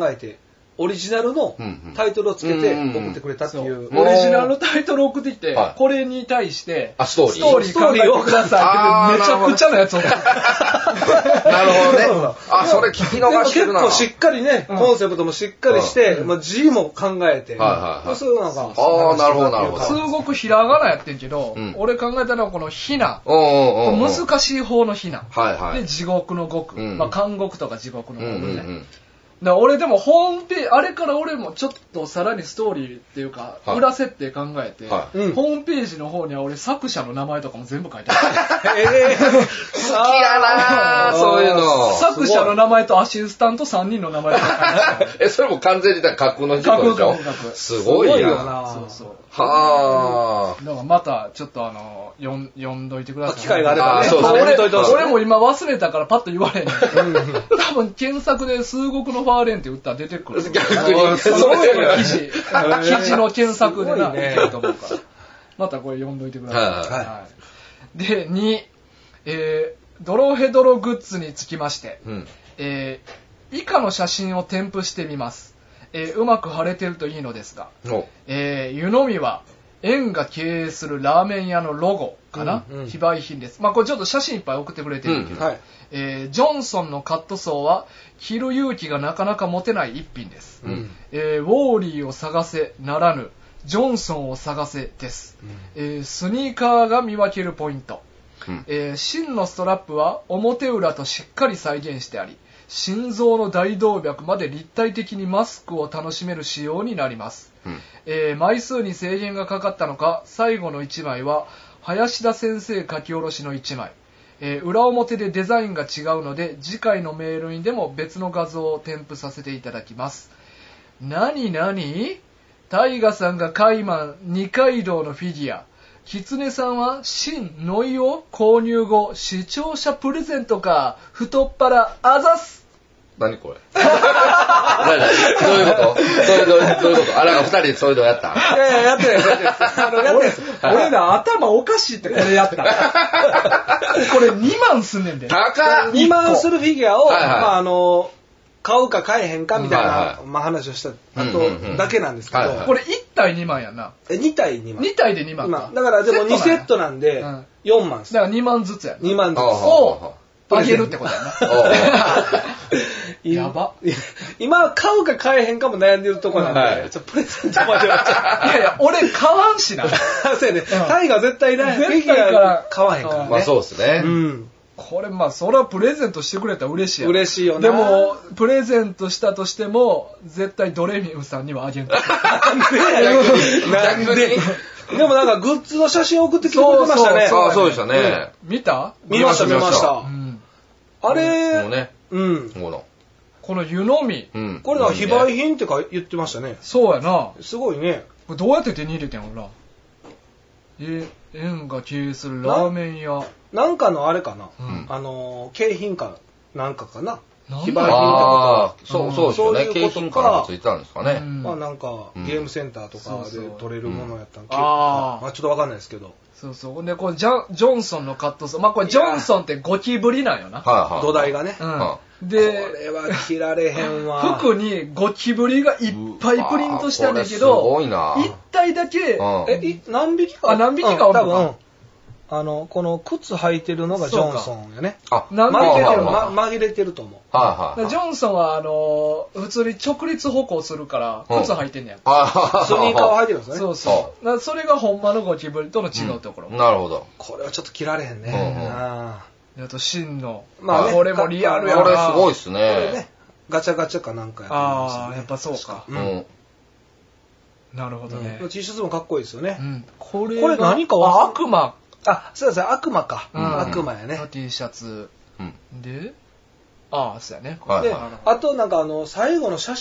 B: 考えて、オリジナルの
C: うんうん
B: タイトルをつけて
C: うんうんうん
B: 送ってくれたっていう。
A: そうオリジナルのタイトル送ってきて、
C: はい
A: これに対して、
C: あストーリー
A: ストーリー考えてくださいって言ってめちゃくちゃなやつ送ってきて
C: なるほどね
B: そうそう。
C: あ、それ聞き逃してるな。
B: でも結構しっかりね、
A: うん
B: コンセプトもしっかりして、まあ、字も考えて、
C: はいはいはい
B: そういうのが
C: あーなるほどなるほど
A: 数国ひらがなやってんけど、
C: うん
A: 俺考えたのはこのひな、
C: うんうんうんうん。
A: 難しい方のひな、
C: はいはい
A: で。地獄の極、
C: うん
A: まあ、監獄とか地獄の
C: うん
A: 獄
C: う
A: ね、
C: んう
A: だか
C: ん。
A: ら俺でもホームページあれから俺もちょっとさらにストーリーっていうか、
C: はい
A: 裏設定考えて、
C: は
B: うん
A: ホームページの方には俺作者の名前とかも全部書いてある
C: *laughs*
B: えー
C: 好きやな
B: あ
C: ー
B: ー
C: そういう
B: さ
C: の。
A: 作者の名前とアシスタント3人の名前とか書いてある
C: *laughs* え、それも完全にだから架空の人でしょ
A: 架空架空
C: すごいな。
A: そうそう
C: は
A: だからまたちょっとあの読ん読んどいてください
B: 機会があれ
C: ばね
A: あそうですね
C: あ
A: 俺
C: 俺といてほしい
A: 俺も今忘れたからパッと言われへんねん多分検索で数国のファーレンって打ったら出てくる
C: ー。逆に。
A: その時の記事記事の検索でな
B: すごいね
A: いけると思う *laughs* からまたこれ読んどいてください、
C: はいはい
A: いで2、えードロヘドログッズにつきまして、
C: うん。
A: えー以下の写真を添付してみます、えーうまく貼れてるといいのですが
C: お
A: えー湯飲みは園が経営するラーメン屋のロゴかな、
B: うんうん
A: 非売品です、まあ、これちょっと写真いっぱい送ってくれてるけど、
C: うん
B: はい。
A: えージョンソンのカットソーは着る勇気がなかなか持てない一品です、
C: うん
A: えーウォーリーを探せならぬジョンソンを探せです、えースニーカーが見分けるポイント、
C: うん
A: えー芯のストラップは表裏としっかり再現してあり心臓の大動脈まで立体的にマスクを楽しめる仕様になります
C: うん
A: えー枚数に制限がかかったのか最後の1枚は林田先生書き下ろしの1枚、えー裏表でデザインが違うので次回のメールにでも別の画像を添付させていただきます何何タイガさんがカイマン二階堂のフィギュアキツネさんは新ノイを購入後視聴者プレゼントか太っ腹あざっす
C: 何これ何何どういうことそれどういうどういうことあ、なんか二人でそれでやった
B: いやいや、やってないです、やってないです。あのやってないです俺ら頭おかしいってこれやった。
A: これ2万すんねんで
C: 高っ
B: 2万するフィギュアを、
C: はいはい
B: まあ、あの、買うか買えへんかみたいな、
C: はいはい
B: まあ、話をした
C: うんうんうん
B: 後だけなんですけど、
C: はいはい
A: これ1対2万やんな
B: え2対2万。
A: 2体で2万か
B: 今だからでも2セットなんで
A: うん
B: 4万です。
A: だから2万ずつや
B: 2万です。
A: をあげるってことやな
C: おうおう
A: *laughs* やば
B: いや *laughs* 今は買うか買えへんかも悩んでるとこなんで、
C: はい
B: ちょっとプレゼントまではち
A: いやいや俺買わんしな
B: ょっとそうやね。タイが絶対ない。フィ
A: 絶
B: ギュ
A: 対買わん
B: ア買わへんからね。
C: まあそうですね。
B: うん。
A: これまあそれはプレゼントしてくれたら嬉しいやん
B: 嬉しいよな。
A: でもプレゼントしたとしても絶対ドレミウさんにはあ
B: *laughs*
A: げんから
B: *laughs* なん
C: 逆に。
B: ででもなんかグッズの写真送ってきてくれてましたね。
C: あ、そうでしたね。
A: 見た、
B: 見ました見まし
A: う
B: た。
A: ん、
B: あ
C: もう
B: れ、
C: ね、
B: うん。
C: この。
A: この湯飲み
C: うん。
B: これなんか非売
C: いいね。
B: 品ってか言ってましたね。
A: そうやな
B: すごいね。
A: これどうやって手に入れてんほらえ縁が経営するラーメン屋
B: なんかのあれかな。
A: うん
B: あのー、景品かなんかかな。
A: なんだ
C: 非売品ってことは、そう、そうですよね。景品からもついてたんですか
A: う
C: ね。
A: ん
B: まあなんか、
C: うん
B: ゲームセンターとか
A: そうそ
B: で
A: う
B: 取れるものやったんけ、
A: うんあー
B: まあちょっとわかんないですけど、
A: そうそう。で、このジャンジョンソンのカットソー。まあ、これ、ジョンソンってゴキブリなんよな。
C: はいはい。
B: 土台がね。
A: うん。
B: こ
A: で、
B: れは切られへんわ。
A: 服にゴキブリがいっぱいプリントしたんだけど、
C: うわーこれすごいな
A: 一体だけ、
C: うん
B: え、い何匹か
A: あ何匹かお
B: うん
A: るの
B: 多
A: か
B: 分、あの、この靴履いてるのがジョンソンやね。
C: あ、
A: なん
B: 紛れてる、
A: ま
B: ま
A: あ
B: 紛れてると思う。
A: だ
C: はい
A: か
C: は
A: ら
C: い。
A: ジョンソンは、あのー普通に直立歩行するから、
C: うん
A: 靴履いてんねやんか。
C: あ
B: スニーカーを履いてるんですよ
A: そ
B: ね。
A: うそう。だからそれがほんまのゴキブリとの違うところ。
C: なるほど。
B: これはちょっと切られへんね。
C: うんうん
B: あ
A: であと、真の。
B: ーまあね、
A: これもリア
C: こ
A: ル
C: れ
A: や
C: す
A: な
C: ごいっす
B: これね
C: ね。、
B: ガチャガチャかなんかやと思いますよ
A: ああ、やっぱそうか。
C: う
B: うん
C: ん。
A: なるほどね。
B: T シャツもかっこいいですよね。
A: うんこれが
B: これ何か
A: あ
B: わ
A: 悪魔
B: あ、そうですね、悪魔か。
A: うん
B: 悪魔やね
A: の。T シャツ
C: うん。
A: で、ああ、そうやね。
C: はい
B: で、
C: はい。
B: あとなんかあの、最後の
A: う
B: 写
A: ん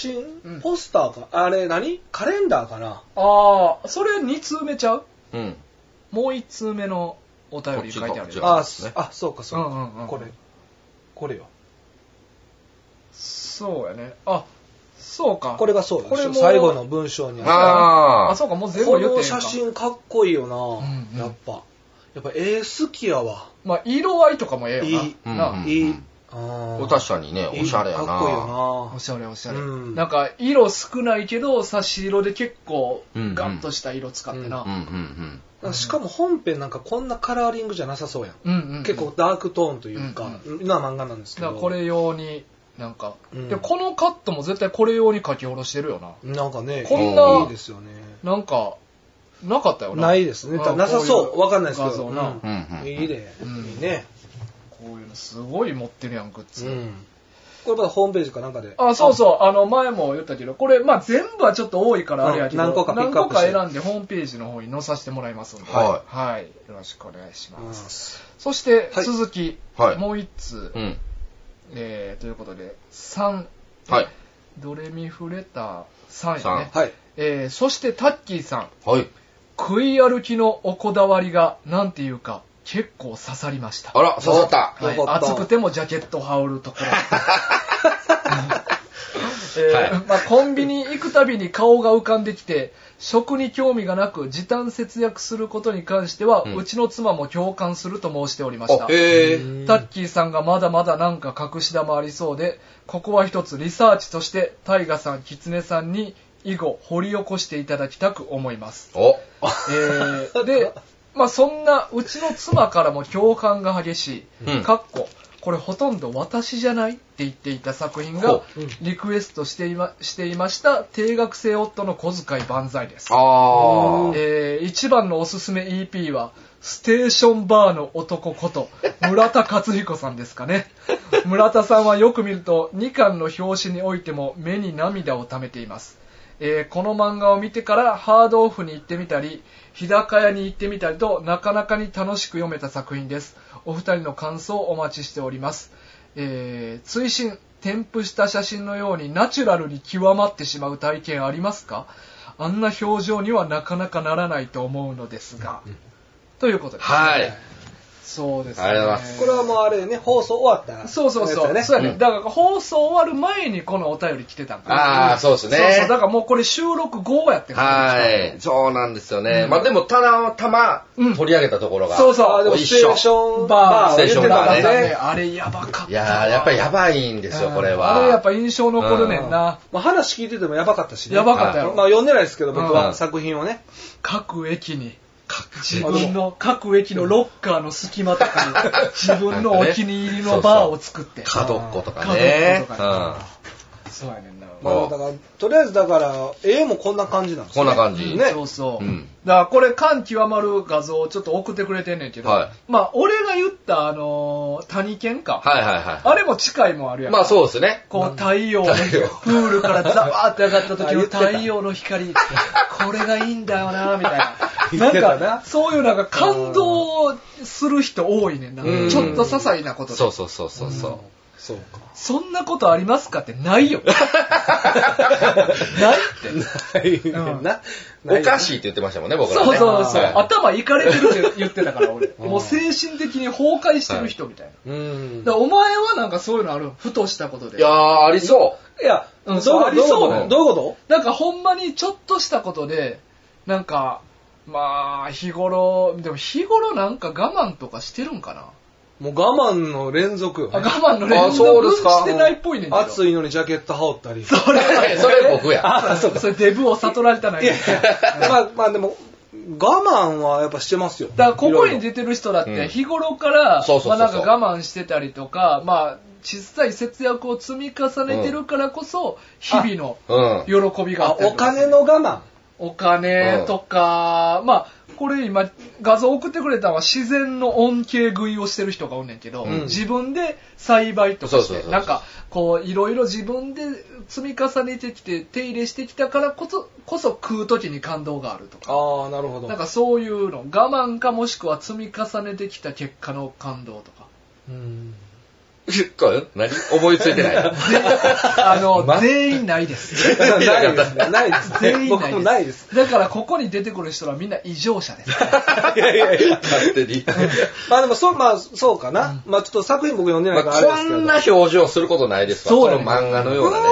B: 真、ポスターか、あれ何カレンダーかな
A: ああ、それ2通目ちゃう
C: うん。
A: もう1通目のお便り書いてあ
C: こっ
A: る
C: ち
A: よ。
C: かそ
B: あ、
C: うですね
B: あ、そうか、そう
A: う
B: か
A: んうんうん。
B: これ。これよ。
A: そうやね。あ、そうか。
B: これがそう
A: これ
B: だ
A: も
B: 最後の文章にあっ
C: あ
A: あ、
C: あ。
A: そうか、もう
B: た。
A: 全
B: こ
A: 部言って
B: の
A: いいんか
B: 写真かっこいいよ
A: うんうん
B: な、やっぱ。やっぱ絵好きやわ。
A: まあ、色合いとかもええよな。
B: いい
C: うん
A: な
C: うん
B: いい。
C: これ
B: 確
C: 確かにね、おしゃれやな。
B: かっこいいよ
A: おしゃれおしゃれ。
B: うん
A: なんか、色少ないけど、差し色で結構、
C: うん
A: ガッとした色使ってな。
C: うんうん
B: な。しかも本編なんかこんなカラーリングじゃなさそうやん。
A: うんうんうん
B: 結構ダークトーンというか、な漫画なんですけ
A: だ
B: ど。
A: からこれ用に、なんか、
B: うん
A: で、このカットも絶対これ用に書き下ろしてるよな。
B: なんかね、
A: こ
C: んない
B: いですよね。
A: なんか、なかったよな。
B: ないですね。
A: うん
B: ただなさ
A: こ
B: そう
A: いう
B: う。わかんないですけ
A: 画像
B: ど。
A: な
B: うん
C: うん。うんうん。
B: いいね。
A: うん
B: いいね。
A: こういうのすごい持ってるやん、グッ
B: う
A: ズ。
B: ん。これまだホームページかなんかで。
A: あ、そうそう。あの、前も言ったけど、これ、まあ、全部はちょっと多いからあれやけど、
B: うん何個かピックアップして
A: 何個か選んでホームページの方に載させてもらいますので、。
C: はい
A: はい。よろしくお願いし
B: う
A: ま
B: ん
A: す。そして、
B: はい
A: 続き、
C: はい
A: もう一つ、
C: うん。
A: えー、ということで、3、
C: はい。
A: ドレミフレター3やね
C: 三。
B: はい。
A: えー、そして、タッキーさん、
C: はい。
A: 食い歩きのおこだわりが、なんていうか、結構刺さりました。
C: あら、刺さった。
A: はい
B: よ、かった
A: 暑くてもジャケット羽織る
C: *laughs*
A: ところ。えー
C: はい
A: まあ、コンビニ行くたびに顔が浮かんできて食に興味がなく時短節約することに関しては、
C: う
A: うんちの妻も共感すると申しておりました
C: あ、へえ。
A: タッキーさんがまだまだなんか隠し玉ありそうでここは一つリサーチとしてタイガさんキツネさんに以後掘り起こしていただきたく思います、
C: お。
A: えーで、まあ、そんなうちの妻からも共感が激しい
C: うん。
A: かっここれほとんど私じゃないって言っていた作品が
C: ほ
B: うん
A: リクエストしていましていました定額制夫の小遣い万歳です、
C: ああ。
A: えー一番のおすすめ EP はステーションバーの男こと村田勝彦さんですかね村田さんはよく見ると2巻の表紙においても目に涙をためています、えーこの漫画を見てからハードオフに行ってみたり日高屋に行ってみたりとなかなかに楽しく読めた作品ですお二人の感想をお待ちしております、えー追伸添付した写真のようにナチュラルに極まってしまう体験ありますかあんな表情にはなかなかならないと思うのですが、ということです、
C: はい。
A: そうです
C: ありがとうございます
B: これはもうあれね、放送終わった。
A: そうそうそう。
B: やつ
A: そう
B: やね
A: やね、
C: うん
A: だから放送終わる前にこのお便り来てたんか
C: ああ、そうです
A: そう
C: ね。
A: そう。だからもうこれ収録後やってん
C: はい。そうなんですよね。
A: うん
C: まあでも、ただたま
A: うん
C: 取り上げたところが。
A: そうそう
B: あーでも
C: 一
B: ス
C: 緒
B: テーション
A: バ
B: バ
A: ー、
B: ー
C: ステーションバーね
A: 言ってたからあれやばかった。
C: いやー、やっぱりやばいんですよ、これは。
A: あれやっぱ印象残るねんな。
B: まあ話聞いててもやばかったしね。
A: やばかったや
B: まあ
A: ろ。
B: 読んでないですけど、僕
C: うん
B: は作品をね。
A: 各駅に。自
B: 駅
A: 分の各駅のロッカーの隙間とか *laughs* に自分のお気に入りのバーを作って。
C: 角っことかね。
A: 角っこと
C: うん
A: か。そうやねんな。
B: まあだから、とりあえずだから、絵もこんな感じなんです
C: こん
B: ね。
C: な感じ。
B: ね
A: そうそう。
C: うん
A: だからこれ、感極まる画像をちょっと送ってくれてんねんけど、
C: はい
A: まあ、俺が言った、あのー谷犬か、
C: はいはいは
A: あれも近いもんある
C: い。
A: やん。
C: まあそうですね。
A: こう、太陽の
C: 太陽
A: プールからザワーって上がった時
B: あ言
A: の
B: ってた
A: 太陽の光、これがいいんだよな、みたいな。
B: *laughs* 言って
A: な
B: たなん
A: か、そういうなんか感動する人多いねんな。
C: うん
A: ちょっと些細なことで。
C: そうそうそうそうそう。
B: そうか。
A: そんなことありますかってない
B: *laughs*
A: よ。ないって。
B: ないね
A: うん
B: な。
C: おか
B: い。
C: しいって言ってましたもんね、僕ら
A: そう
C: ね。
A: そうそう。
C: はい
A: 頭いかれてるって言ってたから、俺。
B: うん
A: もう精神的に崩壊してる人みたいな。
B: うん。
A: だからお前はなんかそういうのあるふとしたことで。
C: いやー、ありそ
B: いや、
A: う
B: ど
A: ん
B: う
A: そうあり
B: いう
A: そう
B: こ
A: だ
B: と
A: よ
B: どういうこ
A: なんかほんまにちょっとしたことで、なんか、まあ、日頃、でも日頃なんか我慢とかしてるんかな。
B: ともう我慢の連続よ
A: あ
B: ね。
A: 我慢の連
C: あ
A: 続
C: そうですか
A: してないっぽいねんけど。
B: 暑いのにジャケット羽織ったり。
A: それ
C: う。いやそれ僕や。
B: あ、そうか。
A: それデブを悟られたないい
B: や
A: だ
B: い
A: か
B: や、まあ、まあでも、我慢はやっぱしてますよ。
A: らここに
B: いろい
A: 出てる人だっ
C: いろい
A: て
C: ろ
A: 日頃から、
C: そうそう
A: ま
C: そ
A: あ
C: うそう
A: なんか我慢してたりとか、まあ小さい節約を積み重ねてるからこそ、日々の
C: うん。
A: 喜び
B: ろ
A: があ
B: あ
A: ったり
B: お
A: とかする
B: 金の我慢。
A: お金とか、まあ、これ今、画像送ってくれたのは自然の恩恵食いをしてる人がおんねんけど、
C: うん
A: 自分で栽培とかし
C: そうそうそう
A: て、
C: そう
A: なんか、こう、いろいろ自分で積み重ねてきて、手入れしてきたからこそ、こそ食う時に感動があるとか、
B: ああ、なるほど。
A: なんかそういうの、我慢かもしくは積み重ねてきた結果の感動とか。
C: *laughs*
B: うん。
C: これ何思いつ
A: *laughs*
C: いてない。
A: あの、
B: ま
A: 全員 *laughs* ない
C: *laughs*
A: です。
B: *laughs* ないですね。ないです
A: 全
B: ね。
A: 員
B: 僕もな
A: *laughs*
B: いです。。
A: だからここに出てくる人はみんな異常者
C: *laughs*
A: です。
B: いやいやいや。
C: 勝
A: *laughs*
C: 手に。
B: まあでも、そう、まあ、そうかな。まあちょっと作品僕読んで
C: ま
B: な
C: あ
B: いからあれです
C: こ
B: けど。
C: んな表情することないですわ。
A: そう
C: こ
A: だ
C: の
A: ね
C: 漫画のようなね。
A: う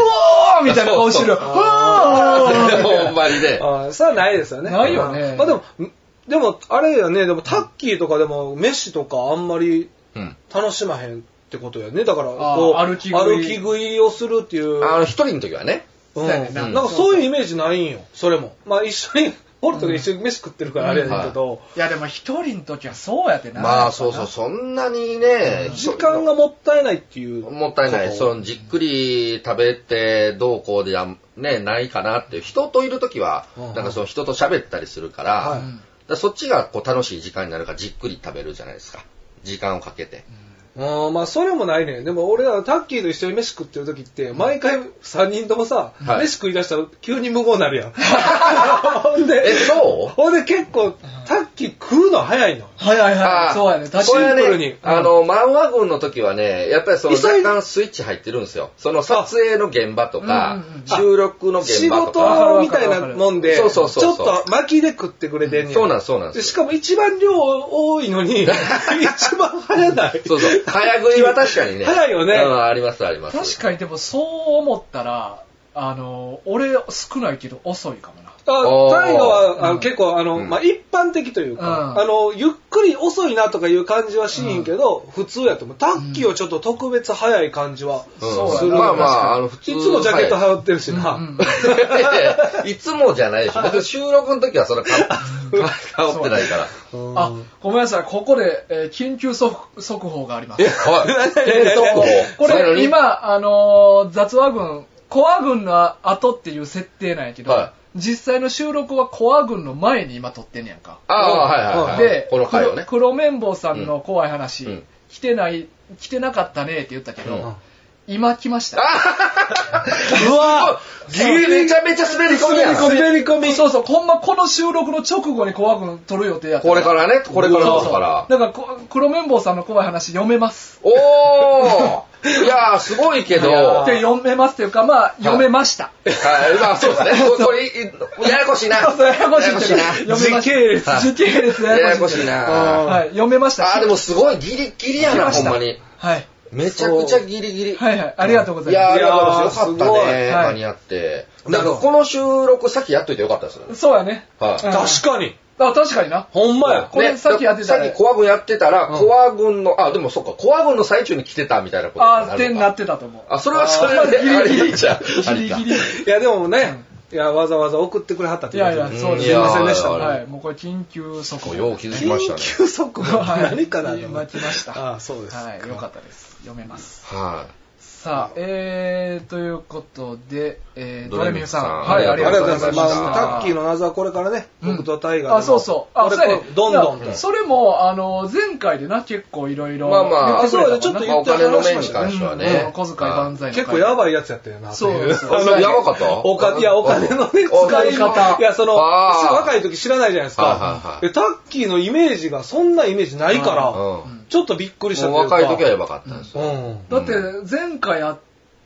A: おーみたいな顔してる。う
C: そう
B: そう
A: わー
C: *laughs* ほんまにね。
B: あーそれはないですよね。
A: ないよね
B: うんまあでも、んでも、あれよね、でもタッキーとかでも、飯とかあんまり
C: うん。
B: 楽しまへんってことやね。だから、
A: あー
B: こう、
A: 歩き食い
B: 歩き食いをするっていう。
C: あの、一人の時はね。
B: うん、
A: そうやねんな
B: なんかそういうイメージないんよ、それも。まあ一緒に、ホルトで一緒に飯食ってるからあれやねんけど、
A: いやでも一人の時はそうやってな。
C: まあ、そうそう、そんなにね、
B: 時間がもったいないっていう。
C: もったいない。
B: こと
C: そのじっくり食べてどうこうでやね、ないかなっていう。人といる時は、
B: うん
C: なんかその人と喋ったりするから、
B: はい
A: うん
C: だからそっちがこう楽しい時間になるからじっくり食べるじゃないですか。時間をかけて。
B: うん、まあそれもないね。でも俺らタッキーと一緒に飯食ってる時って、毎回3人ともさ、
C: はい
B: 飯食い出したら急に無言になるやん。 *laughs* ほんで、
C: え、そう
B: ほんで結構、タッキー食うの早いの。
A: はいはいは
C: あ
A: い。
C: ー
A: そうやね。確
C: これ
A: か
C: は
A: に。
B: シンプル
C: ね
B: にうん
C: あの、漫画軍の時はね、やっぱりその
B: 急い
C: 若干スイッチ入ってるんですよ。その撮影の現場と
A: うん
C: か
A: うんうん、
C: 収録の現
B: 仕
C: 場とか。
B: 事みたいなもんで、ち
C: そ
B: ょ
C: う
B: っ
C: そうそうそう
B: と巻きで食ってくれてんねん。
C: そうなんですそうなんです
B: でしかも一番量多い
C: *laughs*
B: のに、一番早ない。
C: そうそう。早食いは確かにね。
B: 早いよね
C: うんありますあります。
A: 確かにでもそう思ったら、あの、俺少ないけど遅いかもな。
B: あ
C: おー
B: タイガはあ
A: うん
B: の結構あの、
C: うん
B: まあ、一般的というか、
A: うん
B: あのゆっくり遅いなとかいう感じはしんけど、普通やと思うタッキーはちょっと特別早い感じは
C: うん
A: そうやな
B: する、
A: まあま
C: ああの普通
B: いつもジャケット羽織ってるしな、
A: うんうん
C: いやいやいつもじゃないでしょ。別に収録の時はそれか、かぶってないから。
B: うん
A: あ、ごめんなさい。ここで、えー緊急速速報があります。
C: はい。
A: えっとこ
C: こ
A: れ、今、あのー雑話軍、コア軍の後っていう設定なんやけど、
C: は
A: 実際の収録はコア軍の前に今撮ってんねやんか。
C: ああ、はいはいはい。
A: で、
C: この回をね。
A: 黒黒綿棒さんの怖い話、
C: うん
A: 来てない、来てなかったねって言ったけど、
C: うん
A: 今来ました。
B: うわ
C: めちゃめちゃ滑り込みやん。
B: 滑り込み
A: そうそう、ほんまこの収録の直後に怖く撮る予定やった。
C: これからね、これから
A: そう
C: だ
A: そう
C: から。
A: だからこ、黒綿棒さんの怖い話読めます。
C: おーいやー、すごいけど。
B: いや
C: は
B: ー
A: で、読めますっていうか、まあ、読めました。
C: い、まあそうですね。ここれ、いややこしいな。
A: そうそうややこしいんだけど
C: ややこ
A: 読めました
B: 時
A: 時
B: 系列
A: 系列
C: しいな。ややこしい
B: うん
C: な。
A: はい、読めました。
C: あー、でもすごいギリギリやな、ほんまに。
A: はい。
C: めちゃくちゃギリギリ。
A: はいはい、ありがとうござ
C: い
A: い
C: や
A: ま
C: ー、
B: い
C: だ
B: やー
C: からよかったね、
A: すごい
C: 間に合って。
B: はい
C: だからこの収録、先やっといてよかったですよね
A: す。。そうやね。
C: はい
A: うん
B: 確かに
A: あ、確かにな。
B: ほんまや
A: これ
C: ね
A: さっきやってたね
C: さっきコア軍やってたら、
B: うん
C: コア軍の、あ、でもそっか、コア軍の最中に来てたみたいなことになるの
A: あ
C: か
A: ー、ってなってたと思う。
C: あ、それはそれはね、あ
A: ギリギリ
C: れじゃあ、
A: ギ
C: あれ
A: リ
C: か
A: ギ。リ。
B: いやでもね、いやわざわざ送ってくれはったって
A: い
B: いう
A: やいや、そうです。
B: すいませんでした
C: いやー
A: はい、もうこれ緊急速報。
C: よう気づきました
B: 緊
C: ね。
B: 急速報何かなと思
A: 今
B: っ
A: 来
B: て
A: ました。
B: あーそうです
A: はい、よかったです。読めます。
C: は
A: さあ、えー、ということで、えー、ド
C: ド
A: レ
C: レ
A: ミ
C: ミ
A: フ
C: フ
A: さ
C: さん
A: ん。
B: はい、ありがとうござ
C: あ
B: います。ま
C: りがとうございま
B: あ、
C: した
B: タッキーの謎はこれからね、僕とタイガー
A: あ、そうそう。あ、
B: これ
A: そうやね
B: これどんどん
A: いやそれも、あの、前回でな、結構いろいろ。
C: まあまあ
A: 言てくれたもんな
B: あそうやねちょっと
C: い。まあ、お金の面に関しては
A: うん
C: ね。
A: 小遣い万歳の回
B: 結構やばいやつやったよなってい。
A: そうそう
B: あ
C: そ
B: の
C: うやばかった
B: お金、いや、お金のね、
C: お
B: 使い
A: 使い方
B: 方。いや、その、
C: あー
B: 若い時知らないじゃないです
C: はいはい
B: か
C: は。い
B: で、タッキーのイメージが、そんなイメージないか
C: う
B: ら、
C: ん。
B: ちょっとびっくりした
C: もう
B: というか
C: 若い時はやばかったですよ。
B: うん
A: だって前回あっ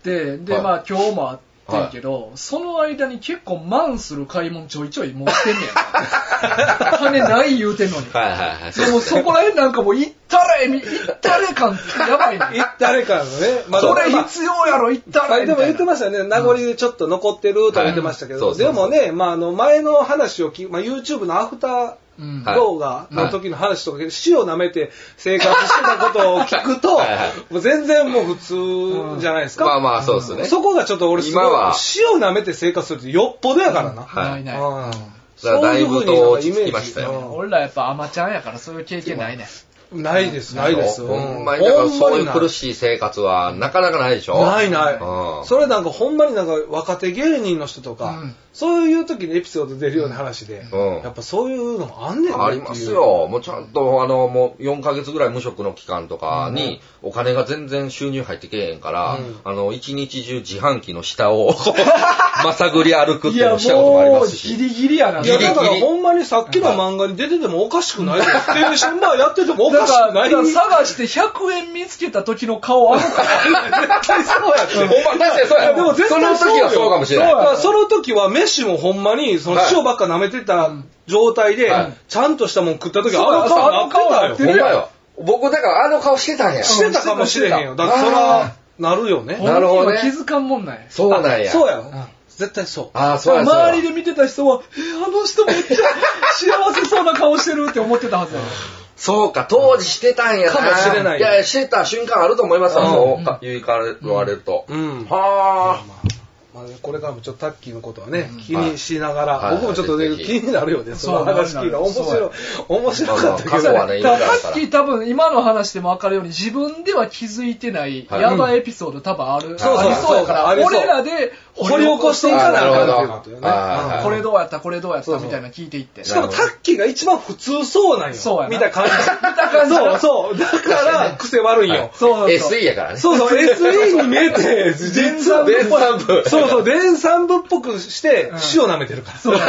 A: て、で、
C: はい
A: まあ今日もあってんけど、その間に結構満する買い物ちょいちょい持ってんねやんか金ない言うてんのに。
C: はいはいはい。
A: でもそこら辺なんかもう行ったれ、行ったれ感やばいね。
B: 誰かのね、ま
A: こ
B: だ
A: れ必要やろ、行った
B: は
A: れ。
B: い、でも言ってま
A: し
B: したよね、名残でちょっと残ってると言ってましたけ
C: はい
B: ど、
C: そうそう
B: でもね、まあ、あの前の話を聞き、まあ、YouTube のアフタ
A: た。うん。
B: ー動画の時の話とか、死を舐めて生活してたことを聞くと、
C: はいはい
B: もう全然もう普通じゃないですか。
C: まあまあ、そうですね。
B: そこがちょっと俺すごい
C: 今は
B: 死を舐めて生活するってよっぽどやからな。
C: は
A: ない
C: い。
A: な
C: だ
A: い。
B: うん
C: からだいぶと落ち着きました
B: そういうふうになんかイメージ
C: よ。
A: 俺らやっぱアマちゃんやからそういう経験ないね。
B: ないです、ないです。
C: ほんまに、だからそういう
B: ほんまにな
C: 苦しい生活はなかなかないでしょ
B: ないない、
C: うん
B: それなんかほんまになんか若手芸人の人とか、
A: うん
B: そういう時にエピソード出るような話で、
C: うん
B: やっぱそういうのあんねんな
C: あ
B: ってい
C: り
B: う
C: ますよ。もうちゃんと、あの、もう4ヶ月ぐらい無職の期間とかに、お金が全然収入入ってけえへんから、
B: うん
C: あの、一日中自販機の下を、 *laughs* まさぐり歩くっ
A: い
C: ていう
A: や
C: のしたこともあり
A: も
C: ま
A: う
C: す
A: ギ
C: し。
A: リギリやな。
B: い
C: ギ
B: や
C: リ
B: だからほんまにさっきの漫画に出ててもおかしくないよ。テレビションバーやっててもお
A: だ
B: かし
A: から
B: くな
A: だ
B: い
A: か
B: よ。
A: ら探して100円見つけた時の顔あの
B: *laughs* 絶対そうやって
C: ほんま、確かにそうや。
B: でも絶
C: そ
B: 対
C: の
B: そう
C: 時
B: よ
C: はそうかもしれ
B: だか
C: ない。
B: らその時は飯もほんまにその
C: はい
B: 塩ばっか舐めてた状態で、
C: はい
B: ちゃんとしたもん食った時あ
A: そう
B: の
A: そう
B: 顔なって
A: あ
B: た
A: の顔。
B: よ
C: ほんまよ。僕、だからあの顔してたんや。
B: してたかもしれへんよ。だからそら、なるよね。
C: なるほど
A: 本
C: ね
A: 人は気づかんもんない。
C: そうなんや。
B: そうやろ。絶対そう。
C: ああ、そうや。そうや
A: 周りで見てた人は、えあの人めっちゃ幸せそうな顔してるって思ってたはずや。
C: そうか、当時してたんやな。
B: かもしれないよ
C: いやいや、してた瞬間あると思いますわ、
B: うん
C: そうか、言いかれ言われると。
B: うん
C: はあ。
B: まあね、これからもちょっとタッキーのことはね、気にしながら、
C: はい
B: 僕もちょっとね、
C: はい
B: 気になるよね、その話聞いた面
A: そうな
B: 白
A: る
B: い、面白かったけ
C: 過去
B: ど、
C: はね、今
A: だ
C: だ
A: からさ
C: か
A: っき多分今の話でも分かるように自分では気づいてない
C: はい
A: やばいエピソード多分ある、
C: そうそう
A: ありそうやか
B: あり
A: ら
B: そう
A: 俺らで
B: 掘り起こしていかなあかんっていうことよね。
C: あなるほど
B: うん
C: あ
A: これどうやったこれどうやっ
B: そう
A: た
B: そう
A: みたいなの聞いていって
B: しかもタッキーが一番普通そうなんよ。
A: そうやな
B: 見た感じ。見
A: た感じ
B: そうそう。だから、癖悪いよ。
A: そうそう
C: ら。
A: そう
C: SE やからね。
B: そうそう、SE に見えて、
C: 電算部
B: そうそう、電算部っぽくして、死を舐めてるから。
A: そうだ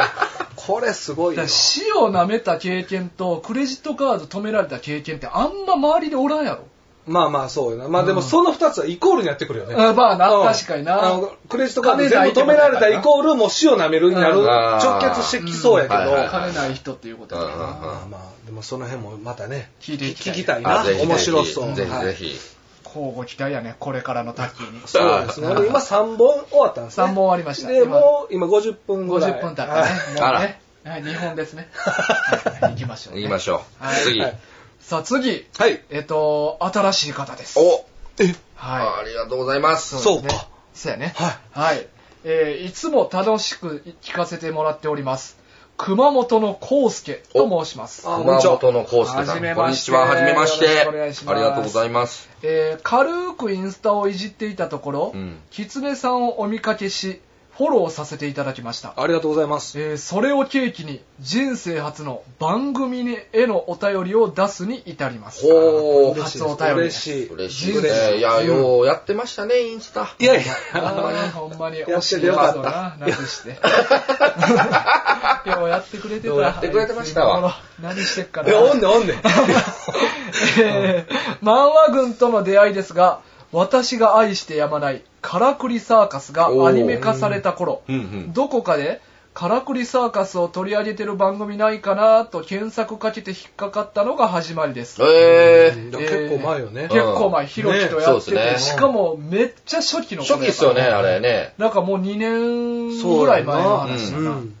B: *laughs* これすごい
A: か
B: よ
A: ら。死を舐めた経験とクレジットカード止められた経験ってあんま周りでおらんやろ
B: まあまあそうよな。まあでもその二つはイコールにやってくるよね。
A: うんまあな
B: うん
A: 確かにな
B: あのクレジットカード全部止められたイコールもう死を舐めるになる
A: うん
B: 直結してきそうやけど。
C: うんはいはいはい
B: ま
A: 金ない人っていうことやからな
C: うんうんうん
B: あまあ、でもその辺もまたね、
A: 聞いていきた
B: 聞
A: い
B: きたい
C: あ
B: な。
C: ぜひぜひ
B: 面白そう。
C: ぜひ
B: はい
C: ぜひ。
A: 交互期待やねこれからのタッキーに
B: そうですね。俺今3本終わったんですね。
A: 三本終わりました
B: で、もう今50分ぐらい。
A: 50分経ったね
C: あ
A: もう
C: ら
A: ねはい日本ですねはい行きましょうね
C: 行きましょう
A: は。い
C: 次
B: は。い
A: さあ次
B: はい。
A: えっと新しい方です
C: お
B: え、
A: は
C: あ
A: い
C: りがとうございます。
B: そ
A: そう
B: う
A: ですね
B: か。
A: そうやね
B: はい
A: はいえーいつも楽しく聞かせてもらっております熊本の康介と申します
B: おあ
C: 熊本のコースケさ
A: はじめ
C: ん。こん
A: ま
C: に
A: して
C: ちは。はじめまして。
A: よろしくお願いします
C: ありがとうございます。
A: えー軽くインスタをいじっていたところ
C: うん
A: キツネさんをお見かけしフォローさせていただきました
B: ありがとうございます。
A: えーそれを契機に人生初の番組にへのお便りを出すに至ります
C: ほ
A: 嬉
C: ー。
A: しい初お便りで
B: 嬉
A: す
B: しい。
C: 嬉しい
A: 嬉
C: ね。
A: しい
C: いや、ようやってましたね、インスタ。
B: いやいや、
A: あーほんまに
B: や
A: 惜
B: っ
A: してい
B: てよかった
A: ななく
C: *laughs*
A: してようやってくれてた
C: ようやってくれてましたわ
A: あいつ今頃何してっか
B: いやおんね
A: な、
B: んおんねん。
A: えー *laughs* 漫画軍との出会いですが私が愛してやまないカラクリサーカスがアニメ化された頃
C: うんうん。
A: どこかでカラクリサーカスを取り上げてる番組ないかなと検索かけて引っかかったのが始まりです
C: えー。
B: だから結構前よね。
A: 結構前ひろきとやってて、
C: ねそうですね
A: しかもめっちゃ初期の頃
C: 初期っすよね、あれね。
A: なんかもう2年ぐらい前の話だ
C: そう
A: な、
B: うん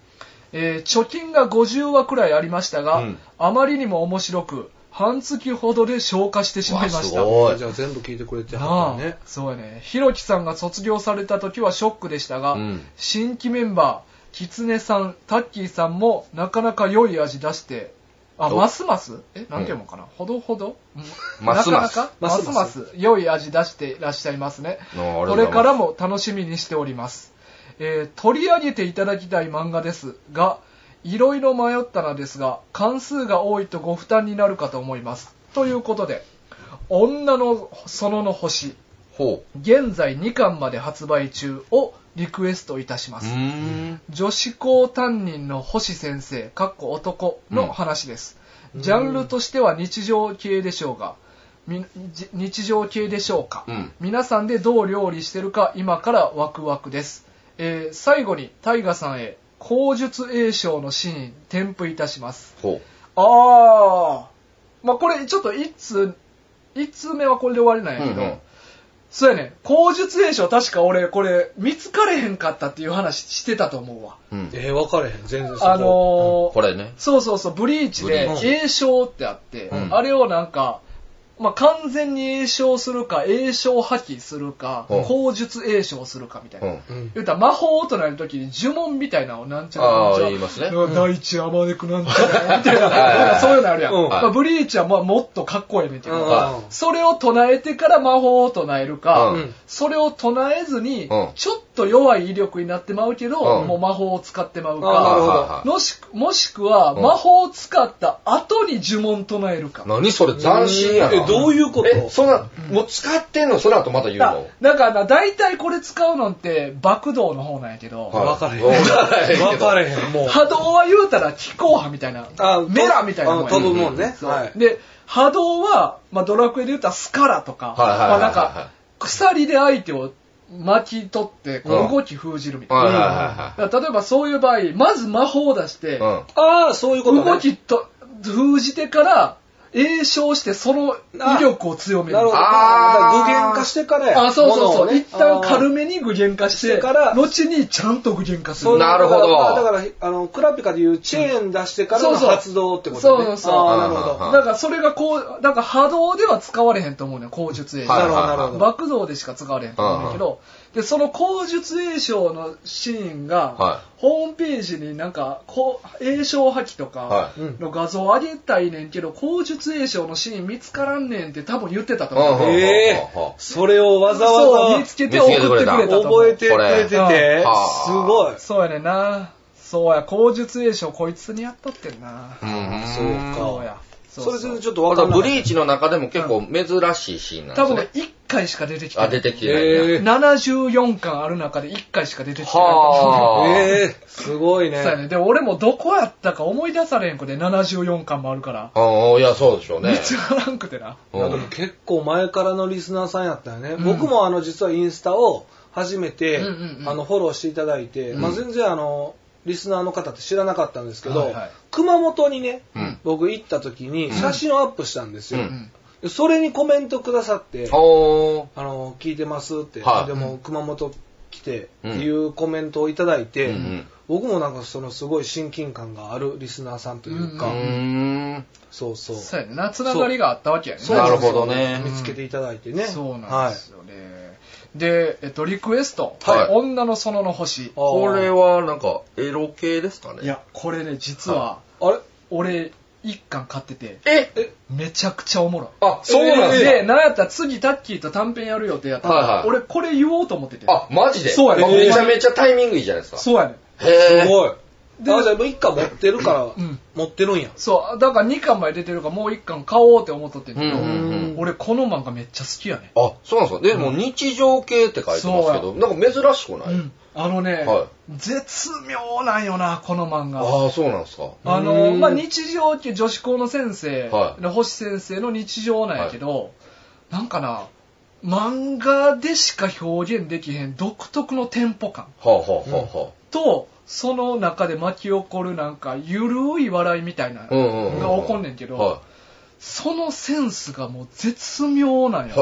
A: えー貯金が50話くらいありましたが、
C: うん
A: あまりにも面白く半月ほどで消化してしまいました
C: うわすごい
B: じゃあ全部聞いてくれて
A: な
B: は
A: あ
B: ったね。
A: そうやねひろきさんが卒業された時はショックでしたが、
C: うん
A: 新規メンバーきつねさんタッキーさんもなかなか良い味出してあ
C: お
A: ますますえなんて読むかな、ほどほどうん
C: ますます
A: なかなかますます良い味出していらっしゃいますね
C: あありがとうご
A: こ
C: ざい
A: れ
C: ます
A: からも楽しみにしております、えー取り上げていただきたい漫画ですがいろいろ迷ったのですが関数が多いとご負担になるかと思いますということで「女の園の星」
C: ほ
A: 現在2巻まで発売中をリクエストいたしま
C: う。う
A: す、
C: ーん。
A: 女子校担任の星先生かっこ男の話です、ジャンルとしては日常系でしょうが、みじ日常系でしょうか、
C: うん
A: 皆さんでどう料理してるか今からワクワクです、えー最後にタイガさんへ口述栄唱のシーン添付いたします
C: ほ
A: ああまあこれちょっと1通1通目はこれで終わりなんやけど、
C: うんうん
A: そうやね口述栄唱確か俺これ見つかれへんかったっていう話してたと思うわ
C: う。うん。
B: えー、分かれへん。全然そこ
A: あのー
C: これね。
A: そうそうそう、ブリーチで
C: ブリー、チ
A: 栄唱ってあって、
C: うん
A: あれをなんか、まあ、完全に栄唱するか、栄唱破棄するか、
C: うん
A: 口述栄唱するかみたいうな。
C: ん。
B: うん
A: 言うたら魔法となるときに呪文みたいなのをなんちゃら
C: あ
A: なん
C: あ、
A: ちゃら
C: 言いますね。
A: うん大地あまねくなんちゃらみたいな
C: *laughs* はい
A: なんかそういうのあるやん、
B: うん
A: まあ、ブリーチはまあもっとかっこいいねんけど、
C: あ
A: それを唱えてから魔法を唱えるか、
C: うん
A: それを唱えずに
C: うん
A: ちょっと弱い威力になってまうけど、
C: うん
A: もう魔法を使ってまう
B: あ
A: か、
B: なるほど
C: はいは
A: もしくもしくは、
C: うん
A: 魔法を使った後に呪文唱えるか。
C: い何それ斬新やな。
B: え、どういうこと
C: え、そんな、もう使ってんのその後また言う
A: だ
C: の
A: だからな、大体これ使うのって、爆道の方なんやけど、
C: はい
B: 分かれへん。
C: 分かれへんけど
B: 分かれへん、もう。
A: 波動は言うたら気候派みたいな
B: あ、
A: メラみたいな
B: あ
A: もん
B: の
A: やね
B: 飛ぶもんね。
A: そう
B: はい。
A: で、波動は、まあ、ドラクエで言うたらスカラとか、
C: はいはい
A: ま
C: は
A: あ
C: いは
A: なん
C: い
A: か、鎖で相手を巻き取って、こ
C: う
A: うん動き封じるみたい
C: はいはい
A: な。
C: はいはい。
A: だから例えばそういう場合、まず魔法を出して、
C: うん。
B: ああ、そういうことね。
A: 動きと封じてから、栄唱してその威力を強める。
B: なるほど。
C: あー
B: だから具現化してからや。
A: あ、そうそうそ
B: ものを
A: う。
B: ね
A: 一旦軽
B: あー
A: めに具現化して、
B: してから
A: 後にちゃんと具現化す
B: そう
A: る。
C: なるほど
B: だから、あの、クラピカでいうチェーン出してか
A: う
B: らの
A: んそうそう
B: 発動ってことね。
A: そうそう
B: ああ、なるほ
C: はい
B: ど。
A: だからそれがこう、だから波動では使われへんと思うねん、口述栄
C: はい
A: 唱。
B: なるほど、なるほど。
A: 爆動でしか使われへんと思うんだけど、で、その口述栄唱のシーンが、
C: は
A: ホームページになんか、こう栄唱破棄と
C: い。
A: か
C: は
B: うん
A: の画像を上げたいねんけど、口述栄唱のシーン見つからんねんって多分言ってたと思う。
C: い。
B: え
C: え
B: えそれをわざ
A: そう
B: わ
A: 見つ
B: ざ
A: けて送ってくれたと思う
B: 覚えてくれて
A: こ
B: て
A: れ、
C: はあ
B: すごい。
A: そうやねんなそうや口述栄唱こいつにやったってんな、
C: うん。
B: そうか
A: そうやそう
B: そ
A: そう
B: れ
A: そう
B: でちょっと
C: こ
B: わ
C: れ
B: か
C: は
B: んな
C: ブ
B: い。
C: リーチの中でも結構珍しいシーンなんで
A: 多
C: す
A: 分
C: ね
A: ね。1回しか出てきてな
C: あ、
A: い
C: 出てきてないな。
B: え
A: 74巻ある中で1回しか出てきてないと
C: は
A: 思う
C: あー
B: ええすごいね
A: そう。やねで俺もどこやったか思い出されへんくて74巻もあるから、
C: ああ、いや、そうでしょう
A: 見
C: ね。
A: つからんくてな
C: うん
B: あでも結構前からのリスナーさんやったよね、
A: うん
B: 僕もあの実はインスタを初めて、
A: うんうんうん
B: あのフォローしていただいて、
C: うん
B: まあ、全然あのリスナーの方って知らなかったんですけど、
A: はいはい
B: 熊本にね、
C: うん
B: 僕行った時に写真をアップしたんですよ、
C: う
A: うんん
B: でそれにコメントくださって「
C: おー。
B: あの聞いてます」って、
C: はい
B: でも熊本来てっていうコメントをいただいて、
C: うんうん
B: 僕もなんかそのすごい親近感があるリスナーさんという
C: う
B: か、
A: ん
C: ーん。
B: そうそう
A: そうやねんなつながりがあったわけやね
B: そう
C: なるほどね。
B: 見つけていただいてね、
A: そうなんですよね、で、えっと、リクエスト、
C: はい
A: 女の園の星
B: あー
C: これはなんか、エロ系ですかね。
A: いやこれね実は
B: はい、あれ
A: 俺1巻買ってて
C: え
A: めちゃくちゃおもろい
C: あ、そうなんです
A: で、
C: ね。
A: なんやったら次タッキーと短編やる予定やったから、
C: はいはい
A: 俺これ言おうと思ってて。
C: あ、マジで
A: そうやね
C: あめちゃめちゃタイミングいいじゃないですか。
A: そうやねん。
C: へ
B: す
C: ー。
B: ごい。
A: で
B: あ、じゃあもう一家持ってるから
A: うん、
B: 持ってるんや。
A: そう、だから2巻まで出てるからもう1巻買おうって思っとってんけど、
C: うんうん
A: 俺この漫画めっちゃ好きやね
C: あ、そうなんですか。で、もう日常系って書いてますけど、なんか珍しくない、
A: うん。あのね、
C: は
A: 絶妙なんよな、この漫画。
C: ああ、そうなんですか。
A: あの、
B: うん
A: まあ、日常っていう女子校の先生、
C: はい
A: 星先生の日常なんやけど、なんかな、漫画でしか表現できへん独特のテンポ感。
C: はあ、はあはあは
A: とその中で巻き起こるなんかゆるい笑いみたいな
C: あ、うんうんうん。
A: が起こんねんけど、
C: は
A: そのセンスがもう絶妙なん
C: い。
A: や、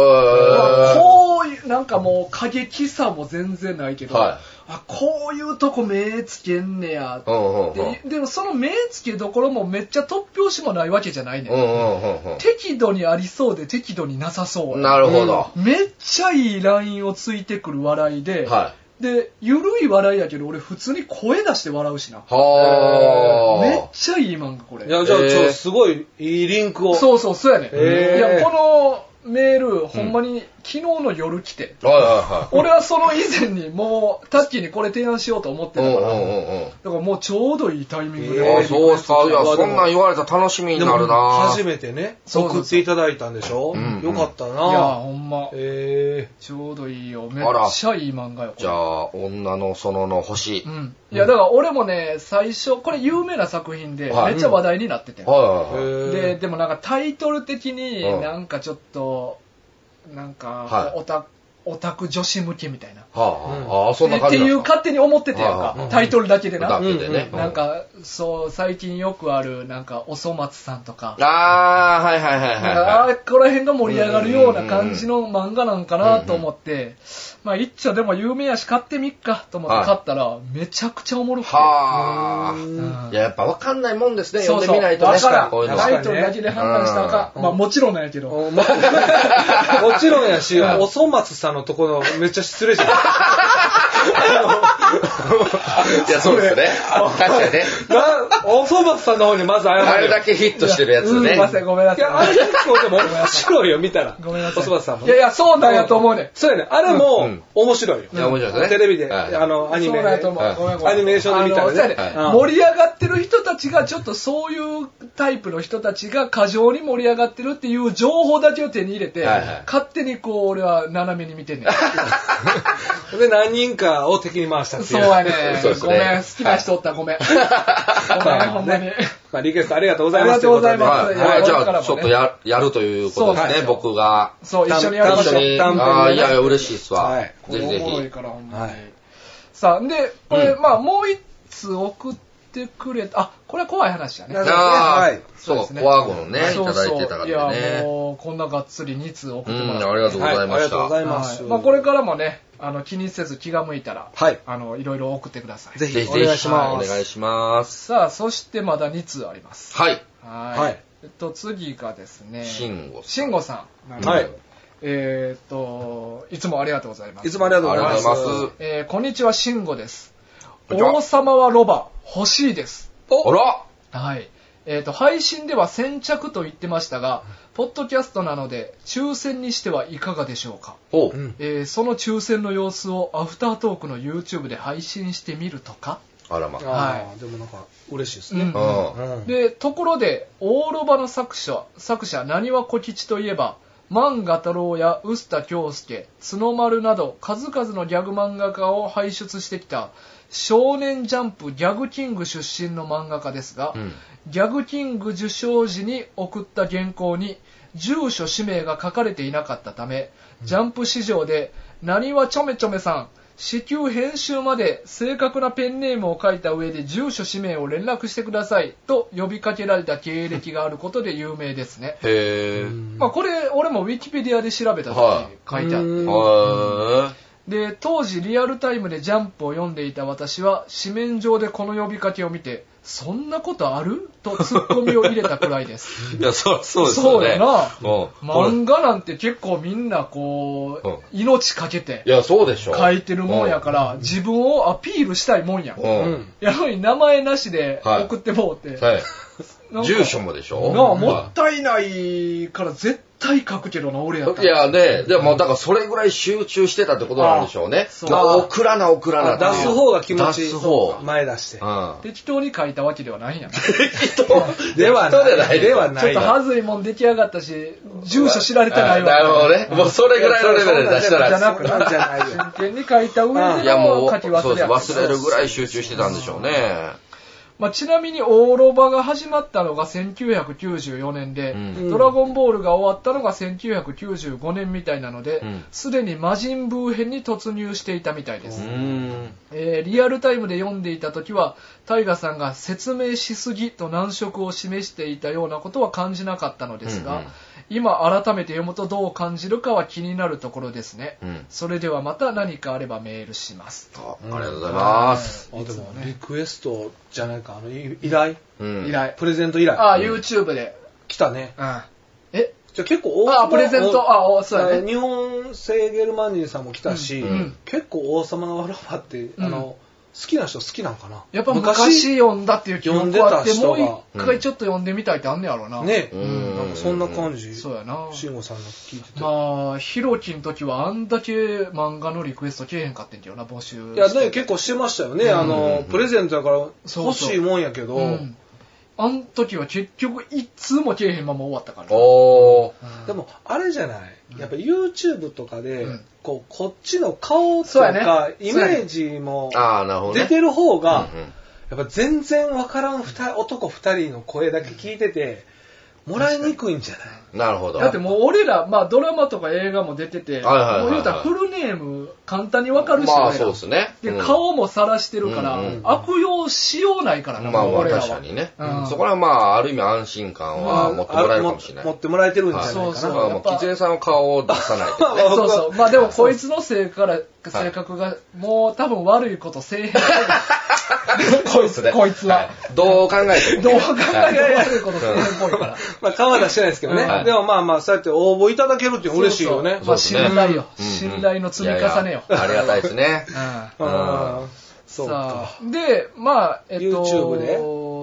C: は
A: こういうなんかもう過激さも全然ないけど、
C: はい
A: あこういうとこ目つけんねや
C: い。うんうんうん。うんうん
A: ででもその目つけどころもめっちゃ突拍子もないわけじゃないね、ん、
C: うん。
A: 適度にありそうで適度になさそううん
C: なるほど。
A: めっちゃいいラインをついてくる笑いで、
C: は
A: で、ゆるい笑いやけど、俺普通に声出して笑うしな。
C: い。はあ。
A: めっちゃいい漫画これ。
B: いや、じゃあ、
C: えー
B: ちょすごいいいリンクを。
A: そうそう、そうやねん。
B: へー
A: いや、この、メール、ほんまに昨日の夜来て、
C: はいは
A: 俺はその以前にもう、タッキーにこれ提案しようと思って
C: いはい。
A: た
C: うん
A: か
C: う
A: ら、
C: んうんうん。
A: だからもうちょうどいいタイミングで、
C: ああ、そうですか。いや、
B: まあで
C: そ
B: も
C: んなん言われたら楽しみになるな
B: 初めてね、
A: そうそうそう
B: 送っていただいたんでしょ
C: うん
B: よかった
A: いや、
B: な
A: ほんま、
B: え
A: ちょうどいいよ、めっ
C: あら
A: ちゃいい漫画よ、こ
C: じゃ
A: れ。
C: あ、女の園の星。
A: う
C: はい
A: ん、いやだから俺もね最初これ有名な作品で
C: は
A: め
C: い
A: っちゃ話題になってて、
B: ー
C: はいはい。
A: で
B: え
A: でもなんかタイトル的に
C: うん
A: なんかちょっとなんか
C: はい
A: オタ,、オタク女子向けみたいな
C: は
B: うん
C: あ、ああ、そんな
A: っ
C: 感
A: て
C: じ
A: い
C: な
A: うん
C: ですか。
A: 勝手に思ってたやん
C: はいはい
A: か
B: はい
A: タイトルだけでな、
C: だけでね。
B: う
A: なんかそう最近よくあるなんかおそ松さんとか
C: うん。ああ、はいはいは
A: なん
C: いは
A: か
C: いは
A: あ
C: い。
A: ここら辺が盛り上がるような感じの漫画なんかなと思って、まあ、一丁でも有名やし買ってみっかと思って買ったら、めちゃくちゃおもろくて。
C: は
B: う
A: うんん
C: あ。いや、やっぱわかんないもんですね。
A: そう
C: 読
A: そう。
C: んでみないとね。
A: わからん
C: こういうの
B: は
A: タイトルだけで判断したらあか
B: うん
A: ん。まあもちろんなんやけど。
B: も *laughs* もちろんやし、おそ松さんのところめっちゃ失礼じゃん。
C: *laughs* いや、そうですね。確かにね。
B: なおそ松さんの方にまず謝
C: あ
B: る
C: れ
B: よ。
C: だけヒットしてるやつ
A: す
C: ね
A: い。ません、ごめんない
B: や、あ
A: さ
B: れ
A: い。
B: 結構でも面白いよ、見たら。
A: ごめんなさい。
B: おそ松さんも
A: いや
B: ね。
A: いや、そうなんやと思うねん。
B: そうやね。あれ
C: う
B: も
C: ん
B: 面白いよ
C: い。や、面白いですね。
B: テレビで、
C: はい
B: あの、アニメ
A: そうなんや
B: で
A: と。思
C: は
A: う
C: い。
A: ごめんごめん
B: アニメーションで見たら
A: あの
B: ね
A: そうや
B: はい
A: 盛り上がってる人たちが、ちょっとそういうタイプの人たちが過剰に盛り上がってるっていう情報だけを手に入れて、
C: はいはい
A: 勝手にこう、俺は斜めに見てんねん。
B: で、何人かを敵に回したって
A: *laughs* そ
B: いうう。
A: やね
C: そうです
A: ご
C: ね
A: めん、好きな人おったらご *laughs* めん。ごめん、ほんまに。
B: まあ、リクエストありがとうございま
A: あ
B: す。
A: りがとうございます
B: と
C: はいい。
B: うこと
C: は
B: で
C: い、
A: 俺からもね
C: じゃあ、ちょっとや、やるということ
A: そ
C: で
A: う
C: す
A: です
C: ね、
A: よ
C: 僕が。
A: そう、一緒にやりましょ
C: 一緒
A: う。
C: に。
B: 短編
C: ああ、
B: ね
C: いやいや、嬉しいっすわ。
B: はい
A: こ
C: ぜ
A: れ
C: ひ
A: お
C: ぜ
A: もろい
C: ひ。
A: から、ほんまに
B: はい
A: さあ、で、これ、
C: うん
A: まあ、もう一つ送ってくれた、あ、これは怖い話だね。
B: なるほど
C: あ
B: は
C: あ
B: い、
C: そう、
A: ですね
C: コアゴのね、い
A: そ
C: た
A: う
C: だ
A: そう
C: いてたか
A: い
C: ら
A: や、
C: ね。
A: もう、こんながっつり2通
C: う
A: 送ってもら
C: ん、
A: っ
C: あ
A: て。
C: りがとうござい
B: はいあ
C: ま
B: りが
C: し
B: とうござ
C: た。
B: います。
A: はいまあ、これからもね、あの、気にせず気が向いたら、
B: はい
A: あの、いろいろ送ってください。
B: ぜ
C: ぜひぜ
B: ひ、
C: ひ、
B: お願いしま
C: はい
B: す。
C: お願いします。
A: さあ、そしてまだ2通あります。
C: はい。
A: はい。
B: はい
A: えっと、次がですね、
C: 慎吾さん
A: 慎吾さん。
B: はい。
A: えーっと、いつもありがとうございます。
B: いつもありがとうございま
C: あ
B: す。
C: りがとうございます
A: えーこんにちは、慎吾です。
C: こんにちは
A: 王様はロバ、欲しいです。
C: あら
A: はい。えっ、と、配信では先着と言ってましたが、ポッドキャストなので、抽選にしてはいかがでしょうか。
C: お
B: うん
A: えーその抽選の様子をアフタートークの YouTube で配信してみるとか。
C: あらま。
B: あーでもなんか、嬉しいですね。
A: う
C: うん。
B: うん
A: で、ところで、大ロバの作者、作者、なにわ小吉といえば、万画太郎や臼田恭介、角丸など、数々のギャグ漫画家を輩出してきた、少年ジャンプギャグキング出身の漫画家ですが、
C: うん
A: ギャグキング受賞時に送った原稿に、住所氏名が書かれていなかったため、ジャンプ市場で、なにわちょめちょめさん、至急編集まで正確なペンネームを書いた上で住所氏名を連絡してくださいと呼びかけられた経歴があることで有名ですね。
C: へえ。
A: まあこれ、俺もウィキペディアで調べた
C: は
A: 時
C: い
A: 書いてあって、
B: うん
C: は
A: で当時リアルタイムでジャンプを読んでいた私は紙面上でこの呼びかけを見てそんなことあるとツッコミを入れたくらいです
C: *laughs* い。いや、そう、そうですよね。
A: そうやな
C: うん。これ
A: 漫画なんて結構みんなこう、
C: うん
A: 命かけて
C: いや、そうでしょ。。
A: 書いてるもんやからら自分をアピールしたいもんやん
C: うん。
B: う
C: うんん。
A: やのに名前なしで
C: はい
A: 送ってもうて、
C: はい。
A: なんか
C: 住所もでしょ
A: なあも
C: は
A: ったいないから絶対書くけどな俺やった
C: い
A: ら
C: やね、でもだからそれぐらい集中してたってことなんでしょうね。
A: そう
C: まあ送らな送らなっていう
B: 出す方が気持ちいい。
C: 出す方。
B: 前出して。
C: うん。
A: 適当に書いたわけではないんやん
B: では
C: 人じゃない
B: では
A: ち
B: な
A: ょっ
B: い。
A: とはずいもん出来上がったし、住所知られたないわ。
C: あなるほどね。もうそれぐらいのレベルで出した
B: じゃ
C: ら。
B: なくなんじゃないよ。
A: 真剣に書いた上
B: うん
A: で
C: いやも
A: の
C: う、
A: 書き忘れや
C: そうです。忘れるぐらい
A: そう
C: 集中してたんでしょうね。
A: まあ、ちなみに、オーロバが始まったのが1994年で、
C: うん
A: ドラゴンボールが終わったのが1995年みたいなので
C: うん、
A: す、で、に魔人ブー編に突入していたみたいで
C: う
A: す。
C: ーん。
A: えーリアルタイムで読んでいた時はタイガさんが説明しすぎと難色を示していたようなことは感じなかったのですが、
C: うんうん
A: 今改めて読むとどう感じるかは気になるところですね、
C: うん
A: それではまた何かあればメールしますと、
C: あありがとうございます。
B: あ、でも
A: ね
B: リクエストじゃないか、あの、い依頼
C: うん
A: 依頼
B: プレゼント依
A: ああ
B: 頼。
A: YouTube で、
B: 来たね。
A: うんえ
B: じゃあ結構王
A: あプレゼントあおそうやね
B: 日本製ゲルマン人さんも来たし、
C: うん
B: 結構王様のロバって、
A: うん
B: あの、きな人好きなんかな
A: やっぱ昔読んだっていう記憶があって、も
B: 読んでた人が
A: う一回ちょっと読んでみたいってあんねやろな。。
B: ね、
C: うん
B: なんかそんな感じ
A: そうやな。
B: 慎吾さんの聞いてて、
A: まあ、ヒロキの時はあんだけ漫画のリクエストけえへんかってんけどな、募集。
B: いやね結構してましたよね、あのプレゼントだから
A: そう
B: 欲しいもんやけど、
A: うん。あん時は結局、いつもけえへんまま終わったから。
C: おー。
A: うん
B: でもあれじゃないやっぱ YouTube とかで、
A: うん
B: こうこっちの顔と
A: そうやね
B: か、イメージも
C: ああ、なるほどね。
B: 出てる方
C: うんう
B: が、
C: ん
B: やっぱ全然わからん二人男2人の声だけ聞いてて、もらいにくいんじゃない
C: なるほど。
A: だってもう俺ら、まあドラマとか映画も出てて、
C: はいはいはいはい
A: もう言うたらフルネーム簡単にわかるし、
C: まあ
A: 俺ら
C: そうですね。
A: で
C: うん
A: 顔も晒してるから、
C: うんうん
A: 悪用しようないからな、
C: まあ
A: もう
C: まあ
A: 俺らは。
C: 確かにね。
A: うん
C: そこらはまあある意味安心感は持ってもらえるかもしれない。
B: あ持ってもらえてるんじゃないかな。
A: そうそう
C: まあもう、吉江さんの顔を出さないとね。
A: そうそう。まあでもこいつの性から、性格が、もう多分悪いことせえへん。
C: こいつ
A: *laughs* こいつは
C: どう考えても。
A: どう考えても悪いことせえへんっぽいから。
B: まあ、顔は出してないですけどね。
C: はい
B: でもまあまあ、そうやって応募いただけるっていうのは嬉しいよね。
A: そう
C: そ
A: そう
C: で
A: まあ
C: すね
A: 信頼よ。
C: うんうん
A: 信頼の積み重ねよ。
C: いやいやありがたいですね。
A: うん
C: そう
B: ああそう
A: さ
B: か。
A: あ、で、まあ、えっと、
B: YouTube で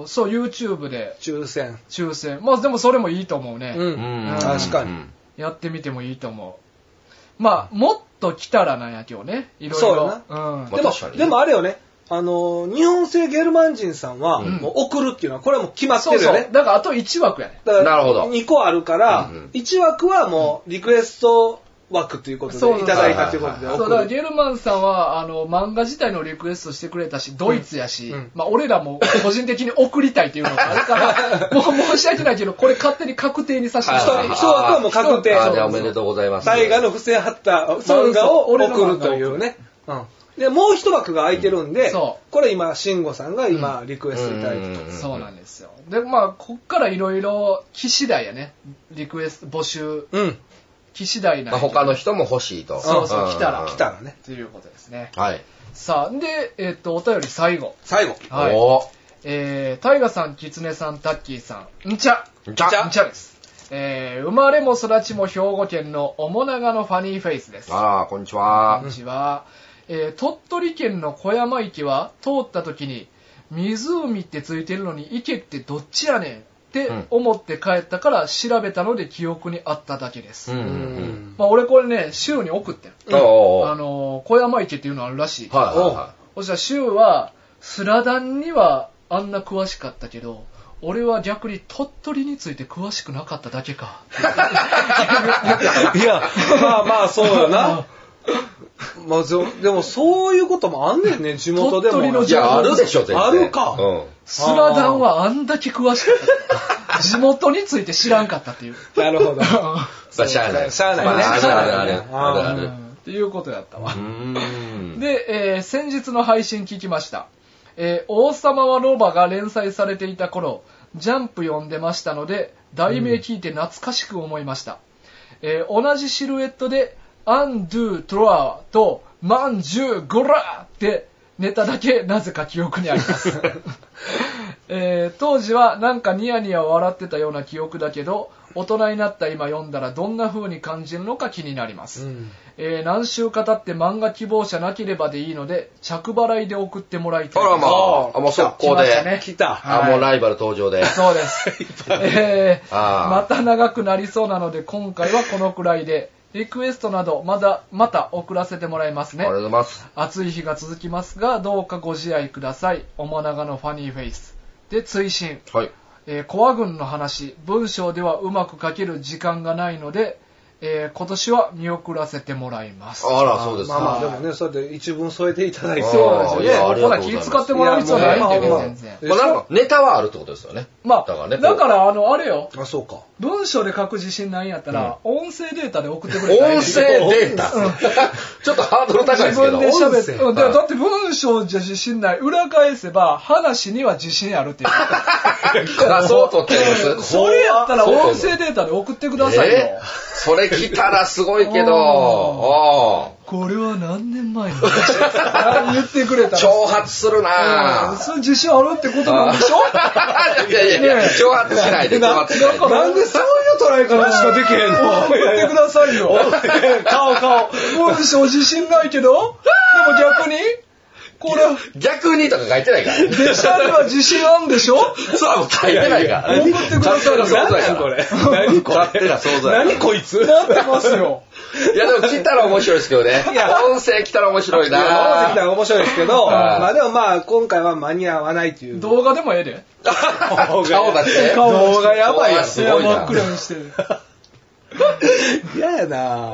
A: そう、YouTube で
B: 抽選。
A: 抽選。まあでもそれもいいと思うね。
B: う。
C: うんん
B: 確かに
C: うん
A: やってみてもいいと思う。まあ、もっと来たらなんやけどね、いろいろ。
B: そうや
A: うん
C: まあ
B: でも
C: 確かに、ね
B: でもあれよね。あの、日本製ゲルマン人さんは、
C: うん
B: もう送るっていうのは、これはもう決まって
A: そう
B: るよ
A: そ
B: ね
A: う。。だからあと1枠やね。
B: だから
C: なるほど
B: 2個あるから
C: うんうん、
B: 1枠はもうリクエスト枠ということ
A: そう
B: で、
A: そう
B: いただいたということで
A: そ
C: は
A: う、だ
B: 送
A: から
B: る。
A: ゲルマンさんは、あの、漫画自体のリクエストしてくれたし、ドイツやし、
B: うんうん
A: まあ、俺らも個人的に送りたいっていうのがある
B: *laughs*
A: から、もう申し訳ないけど、これ勝手に確定にさせても
C: は
A: ら
C: い
A: い
B: 1
A: ま
C: は
A: す
C: い
B: 枠はもう確定。
C: あーじゃあおめでとうございます。
B: 大河の付箋貼った漫画を送るというね。うんで、もう一枠が空いてるんで、
A: うんそ
B: これ今、慎吾さんが今、リクエストいただいてる
C: うん
A: そうなんですよ。で、まあ、こっからいろいろ、機次第やね。リクエスト、募集、
B: と。うん。
A: 機次第なん
C: まあ
A: やけど
C: 他の人も欲しいと。
A: そうそうん来たら
C: うん
B: 来たらね。
A: ということですね。
C: はい。
A: さあ、で、えっ、と、お便り最後。
B: 最後。
A: はい
C: お
A: えー、タイガさん、キツネさん、タッキーさん、んちゃ
C: ーじゃ
A: んちゃです。えー、生まれも育ちも兵庫県の面長のファニーフェイスです。こ
C: ああ、こんにちは
A: んに。ちは。えー、鳥取県の小山池は通った時に、湖ってついてるのに池ってどっちやねんって思って帰ったから調べたので記憶にあっただけです。
C: うんう。
B: うん
A: まあ俺これね、週に送ってん。
C: おーおー
A: あのー、小山池っていうのあるらしい。
C: はいはいは
A: そしたら柊は、スラダンにはあんな詳しかったけど、俺は逆に鳥取について詳しくなかっただけか。
B: いや、まあまあ、そうよな。まあ、でもでも、そういうこともあんねんね、地元でも。
A: 鳥取の
C: い。いや、あるでしょ、全然。
B: あるか
C: う
A: スラダンはあんだけ詳しかった。地元について知らんかったっていう。
B: なるほど。
C: ん。しゃあない。
B: しゃあないね
C: まあるあるある
B: しゃ
C: あ
B: あ
C: る
B: な
C: あ
A: う
C: る。
A: んっていうことやったわ。
C: うん
A: で、えー先日の配信聞きました。えー王様はロバが連載されていた頃、ジャンプ読んでましたので、題名聞いて懐かしく思いました。えー同じシルエットで、アンドゥトラーとマンジュゴラーってネタだけなぜか記憶にあり
C: *laughs*
A: ます。えー当時はなんかニヤニヤ笑ってたような記憶だけど、大人になった今読んだらどんな風に感じるのか気になります。
B: うん
A: えー何週か経って漫画希望者なければでいいので、着払いで送ってもらいた
C: あ
A: い。
C: らまあ、
B: あ
C: あもう速攻
A: 来ましたね
C: で。
B: 来た。
C: あ、もうライバル登場で。
A: そうです。
C: *laughs*
A: えー
C: あー
A: また長くなりそうなので、今回はこのくらいで、リクエストなど、まだ、また送らせてもらいます
C: あり
A: ね
C: が。とうございます。
A: 暑い日が続きますが、どうかご自愛ください。おもながのファニーフェイス。で、追伸。
C: はい。
A: えーコア軍の話、文章ではうまく書ける時間がないので、えー今年は見送らせてもらいます。
C: あら、そうです
B: まあまあ、で
C: か。
B: もね、そうやって一文添えていただいて。
C: そうなん
A: そう
C: い
A: です
C: や
A: よ
C: あ
A: ね。
C: り
A: ほ
C: が
A: ら
C: とうござい
A: 気
C: ます
A: 使ってもらう必要ないんだけど、全然。
B: で
C: まあなんか、ネタはあるってことですよね。
A: ま
C: だから
A: あ、
C: ね
A: だから、あの、あれよ。
B: あ、そうか。
A: 文章で書く自信ないんやったら、音声データで送ってくれたらいい
C: 音声データ。ちょっとハードル高いですけど。
A: 自分で喋って、
B: 音声
A: うんだからだって文章じゃ自信ない。裏返せば、話には自信あるって
C: *laughs*
A: いう。
C: あ、そうとってる
A: それやったら
C: そう
A: 音声データで送ってくださいよ。
C: えそれ来たらすごいけど、
A: お
C: お
A: これは何年前の言ってくれた
C: ー
A: ら。
C: 挑発する
A: う
C: なんぁ。
A: それ自信あるってことなん
C: *laughs*
A: でしょ
C: いやいやいや、挑発しないで、挑発しないで。
B: なんでそういう捉え方しかでき *laughs* へんの
A: 送ってくださいよ。
B: 顔顔。
A: 文章自信ないけど、でも逆に、
B: これ、
C: 逆にとか書いてないから。
A: デシャルは自信あんでしょ
C: そうはもう書いてないから。
A: 送ってくださいよ
C: 勝手な
B: 何こ
C: 想像やか
B: れ何こ
C: *laughs*
B: れ
C: 勝手な想像や
B: 何こいつ
A: なってます *laughs* よ。
C: らいやでも来たら面白いですけどね。音声来たら面白い
B: いや、生で来た
C: な
B: ら面白いですけど、
C: はい
B: まあでもまあ、今回は間に合わないという。
A: 動画でもええで。
C: 顔出して。
A: 顔出して
B: 動画やばいやろ
C: すごいな
A: 真っ暗にしてる。
B: 嫌やな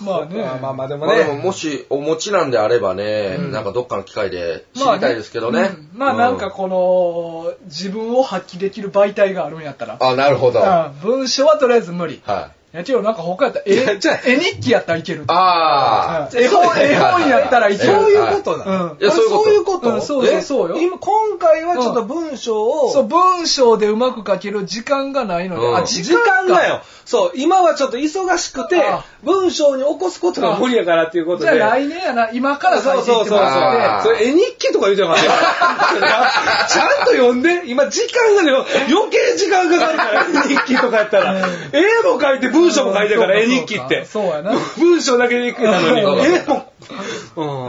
A: まあね。
B: まあまあまあ、でも
C: まあでも
B: ね。
C: もしお持ちなんであればね、なんかどっかの機会で知りたいですけどね。
A: うんまあなんかこの、自分を発揮できる媒体があるんやったら。
C: あ、なるほど。は
A: うん文章はとりあえず無理
C: い。。あ
A: やけどなんか他やったら、
B: いや
A: 絵
B: じゃあ
A: 絵日記やったらいける。
C: あ
A: うん絵本、絵本やったらいける。
B: そういうことなの
A: うん
C: いやそういうこと
B: あこ
A: うんそうそう
B: え
A: そうよ
B: 今、今回はちょっと文章を、
A: そう、文章でうまく書ける時間がないので、
C: うん
A: あ、
B: 時
A: 時
B: 間
A: 間
B: だ
A: が
B: よ。そう、今はちょっと忙しくて
A: あ、
B: 文章に起こすことが無理やからっていうこと
A: じゃあ
B: で。
A: 来年やな、今から書
B: そ
A: いうてい
B: そう
A: って
B: そ
A: も
B: う
A: らって
C: あー
B: そう。それ絵日記とか言
A: *laughs*
B: うてなかったよちゃんと読んで、今時
A: *laughs*
B: 間がね、余計時間かかるから、絵日記とかやったら。絵も書いて文章も書いてるから、絵日記って。
A: そうやな。
B: 文章だけでいくなのに、
A: うん
B: 絵も。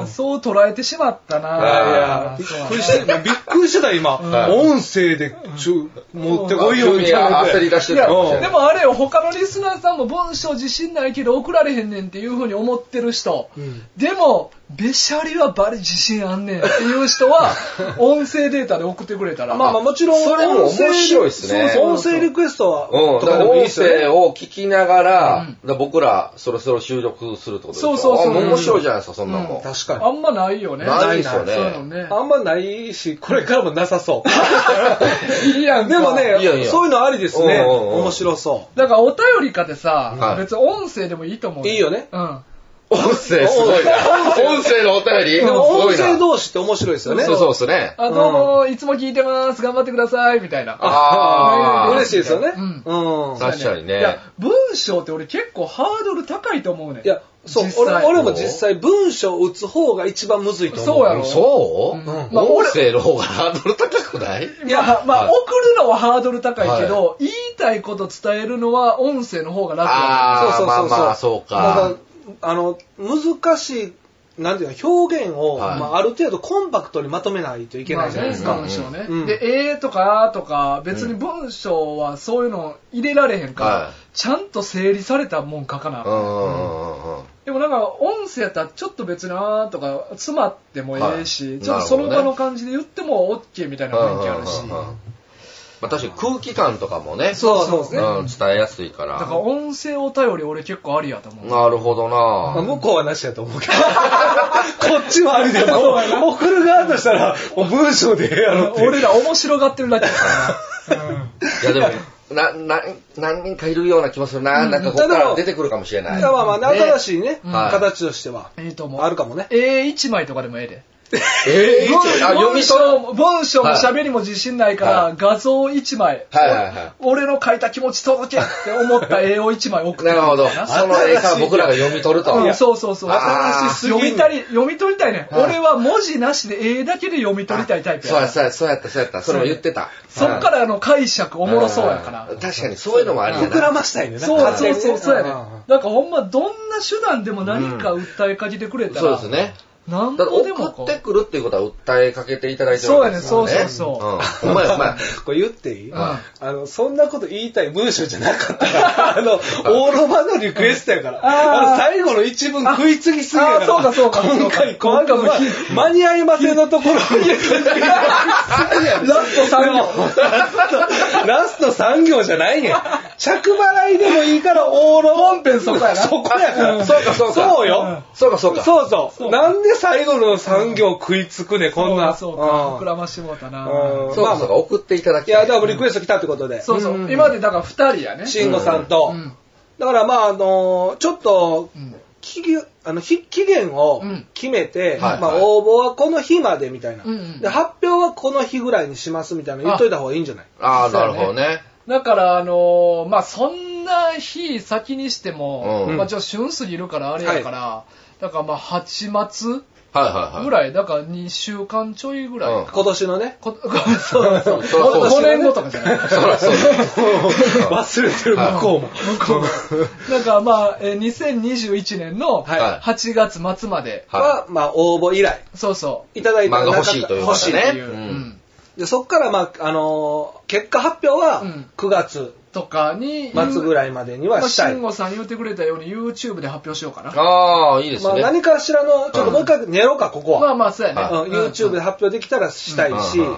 B: うん。
A: そう捉えてしまったな。
B: いやい
C: あ
B: や、びっくりして、びっくりしてた、今。
C: う
B: 音声で、ちょ、持ってこいよ、
C: 急
B: み
C: に
B: たいな。
C: 焦り出してたかもしれ
A: で
C: ない。
A: もあれよ、他のリスナーさんも文章自信ないけど送られへんねんっていうふうに思ってる人。でも、べしゃりはバリ自信あんねんっていう人
B: *laughs*
A: は、音声データで送ってくれたら。
B: まあまあもちろん、
C: それも面白いっすね
B: そうそう音声リクエストは、
C: うん、
B: と
C: だか
B: からでもいいっ
C: 音
B: すよね
C: 声を聞きな
A: うん
C: がら、だから僕らそろそろ収録するってことでしょ
A: そうそうそう
C: あ面白いじゃないですか、そんなもん。
A: うん
B: 確かに。
A: あんまないよね。
C: ないですよ
A: そういうの
C: ね。
A: ね。
B: あんまないし、これからもなさそう。 *laughs*
A: いいやんか
B: でもね
C: いやいや
B: そういうのありですね。
C: うんうんうん
B: 面白そ
A: だからお便りかてさ、
C: はい
A: 別に音声でもいいと思う。
B: いいよね
A: うん。
C: 音声すごいな。音声のお便り
B: う。でも
C: すご
B: 音
C: いな
B: 声同士って面白いですよね。
C: そうそうですね。
A: あ、どうも、いつも聞いてます。頑張ってください。みたいな。
C: ああー、
B: 嬉しいですよね。
A: う
B: うんん。
C: 確かに
A: い
C: ね
A: や。、文章って俺結構ハードル高いと思うねん。
B: いや、そう
A: 実、際
B: 俺俺も実際文章を打つ方が一番むずいと思う。
A: そうやろ
C: そう、
A: うんまあ俺
C: 音声の方がハードル高くない
A: いや、まあ、まあ
C: はい
A: 送るのはハードル高いけど、言いたいこと伝えるのは音声の方が楽や
C: ああ、
B: そうそうそうそう。
C: まあまあ、そうか。
B: だからあの、難しい、なんていうの、表現を、
C: はい
B: まあ、ある程度コンパクトにまとめないといけ
A: ま
B: な
A: あ
B: いじゃないです
A: ね、
B: か。
C: うん
A: 文章ね。
B: うん
A: で、えーとかあーとか、別に文章はそういうの入れられへんから、
C: はい
A: ちゃんと整理されたもん書かな。
C: うんうんうんうん。
A: でもなんか、音声やったらちょっと別にあーとか、詰まってもええし、
C: はい
A: ちょっとその
C: な
A: 場
C: るほどね
A: の感じで言っても OK みたいな雰囲気あるし。
C: うんうんうんうんまあ確かに空気感とかもね、
B: そうそうですね。
C: うん、伝えやすいから。
A: だから音声お便り俺結構ありやと思う。
C: なるほど
B: まあ
C: な
B: 向こうはなしやと思うけど。こっちはあるでも、送る側としたら、もう文章でええやろっていう。
A: 俺ら面白がってるだけだ
C: *laughs*
A: からな。
C: いやでも、な、な、何人かいるような気もするな。なんかここから出てくるかもしれない。
B: まあまあね、新しいね、
C: ん
B: 形としては、
A: ええと思う。
B: あるかもね。
A: A1 枚とかでもええで。
C: ええ
A: 文
C: あ、読
A: 文
C: み取る
A: 章も文章も
C: はい
A: 喋りも自信ないから、
C: はい
A: 画像1枚、
C: はいはいは
A: 俺の書いた気持ち届けって思った絵を1枚送って
C: い。なるほど。
A: くれ
C: その絵から僕らが読み取ると。
A: うん
C: いや
A: そうそうそう。
C: 新し
B: すぎる
A: 読みたり、読み取りたいね。
C: はい
A: 俺は文字なしで絵だけで読み取りたいタイプ
C: そうや、
A: や。
C: そうや、そうやった、そうやった。それも言ってた。
A: そっからあの解釈お
C: お
A: もろそうやから。
C: 確かにそういうのもありや
B: 膨ら
C: な。
B: ましたいね。
A: そうそうそう、そうやね。
B: ん
A: なんかほんまどんな手段でも何か訴えかけてくれた
C: そう
A: ら、
C: ですね。
A: 何
C: だって
A: 個でも
C: 送
A: こ
C: って
A: う。
C: くるっていうことは訴えかけていただいてるわけですよね。
A: そうやねそうそう
C: うん。お前お前。
B: これ言っていい、
A: ん
B: あの、そんなこと言いたい文章じゃなかったから、
A: *laughs*
B: あの、大ロマのリクエストやから、
A: あー
B: あの、最後の一文食いつぎすぎやか
A: あー
B: ら、
A: そうかそうか
B: 今回、
A: 今
B: 今
A: 回
B: 回
A: も
B: は間に合いませんのところに、
A: ラスト3行。
B: ラスト産業じゃないねん。着払いでもいいから、オーロ
A: 本編そこやな
B: そこやから。
C: そうかそうか
B: そうよ。
C: そうかそうか。
B: そうそう。なんで最後の産業食いつくね、こんな。
A: そう
B: うん
A: か、膨らましてもうたな。
B: うん
C: そうかそうか、送っていただき
B: い
C: た
B: や、
C: い。
B: だからリクエスト来たってことで。
A: そうそう。今までだから2人やね。
B: 慎吾さんと。
A: うん
B: だからまあ、あのーちょっと
A: う、ん
B: 期限、あの、ひ期限を
A: うん
B: 決めて、
C: はい
B: まあ
C: はい
B: 応募はこの日までみたいな、
A: うんうん
B: で。発表はこの日ぐらいにしますみたいな言っといた方がいいんじゃない
C: ああ、なるほどね。
A: だから、あのーまあ、そんんな日先にしても、
C: うん
A: まあじゃあ旬過ぎるからあれやから、だからまあ8月
C: はいはいはい。
A: ぐらい、だから2週間ちょいぐらい。
C: うん
B: 今年のね。
A: こ *laughs* そうそう
C: そうそ
A: 5
C: う
A: 年後とかじゃない
C: そらそうだ。
B: 忘れてる向こうも。
A: なんかまあ、えー2021年の
B: はい
C: は
A: 8月末まで、
B: は、まあ、応募以来、
A: そうそ
B: いただいた
C: 漫画欲しいという
B: 欲しい
A: っ
C: ね
A: ていう、
C: うん
A: うん
B: で、そっから、まあ、あのー結果発表は
A: うん
B: 9月
A: とかに、
B: 末ぐらいまでに
A: ま
B: は
A: あ、
B: したい。
A: 慎吾さん言ってくれたように YouTube で発表しようかな。
C: ああ、いいです
B: まあ、
C: ね。
B: 何かしらの、ちょっともう一回寝ろうか、ここ
A: まあ
B: は。
A: まあ、そうやね。
B: うん、YouTube で発表できたらしたいし、
C: うんうんうん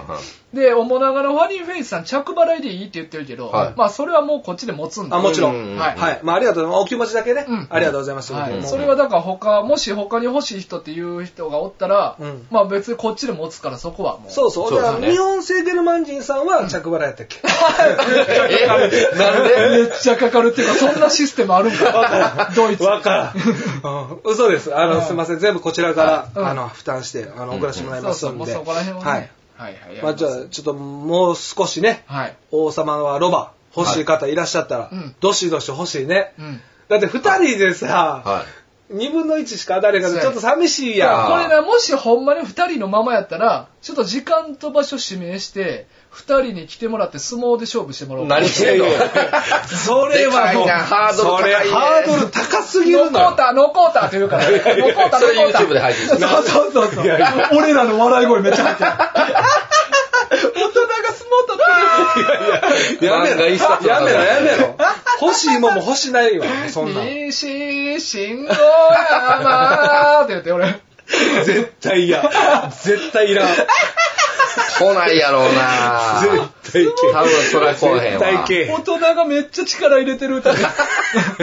A: で、おもながらファニーフェイスさん、着払いでいいって言ってるけど、
C: はい
A: まあ、それはもうこっちで持つんで。
B: あ、もちろん。
C: うん
A: はい
B: はい。まあ、ありがとうございます。お気持ちだけね
A: うん。
B: ありがとうございます。
A: は
B: も
A: い、
B: う
A: それはだから他もし他に欲しい人っていう人がおったら、
B: うん
A: まあ別にこっちで持つからそこはもう
B: そうそう。
C: そう
B: だ
C: です
B: か
C: ね
B: ら、日本製デルマン人さんは着払いやったっけ
C: えなん
A: めっ
C: で
A: ちゃかかるっていうかそんなシステムあるん
B: *laughs*
A: か *laughs* ドイツ *laughs*
B: わからん。うん嘘です。あ
A: うん
B: の、すみません。全部こちらか
A: うん
B: ら、あの、負担して、あの、送らせてもらい
A: そう
B: ます
A: そうも
B: ん
A: う
B: で。
A: そこら辺はね、
B: は
A: は
B: い。
A: いはいやり
B: まあ、
A: ます
B: じゃあ、ちょっともう少しね、
A: はい
B: 王様はロバ、欲しい方いらっしゃったら
A: いうん、
B: どしどし欲しいね。
A: うん
B: だって、二人でさ、
C: はい。
B: 二分の一しか当たれんから、ちょっと寂しい
A: いや
B: やん。
A: これなもしほんまに2人のままやったらちょっと時間と場所指名して2人に来てもらって相撲で勝負してもらおう
C: 何してんの
B: いやいや *laughs* それはも
C: でかい
B: う、
C: なハードル高いね
B: それハードル高すぎ
A: ノ
B: る
A: コ
B: の
A: ー
B: よ。
A: タノコータって
B: *laughs*
A: 言うからノコータ
C: そ
A: ノ
C: れ
A: コータ
C: YouTube で配信する。
A: そうそうそうそう。俺らの笑い声めっちゃ入ってる。大人が相撲取ってる。。
B: やめ
C: 漫画
B: ろ、
C: 一冊の
B: やめろ、やめろ *laughs* 欲しいもんも欲しないわ、そんなん。
A: 西信号山って言って俺。
B: 絶対嫌。絶対いらん。絶
C: 来ないやろう
B: *laughs*
C: な
B: 対い
C: 多分それは来おへん
B: 絶
C: わ。
B: 対けえへん
A: *laughs* 大人がめっちゃ力入れてる歌で。
B: *laughs*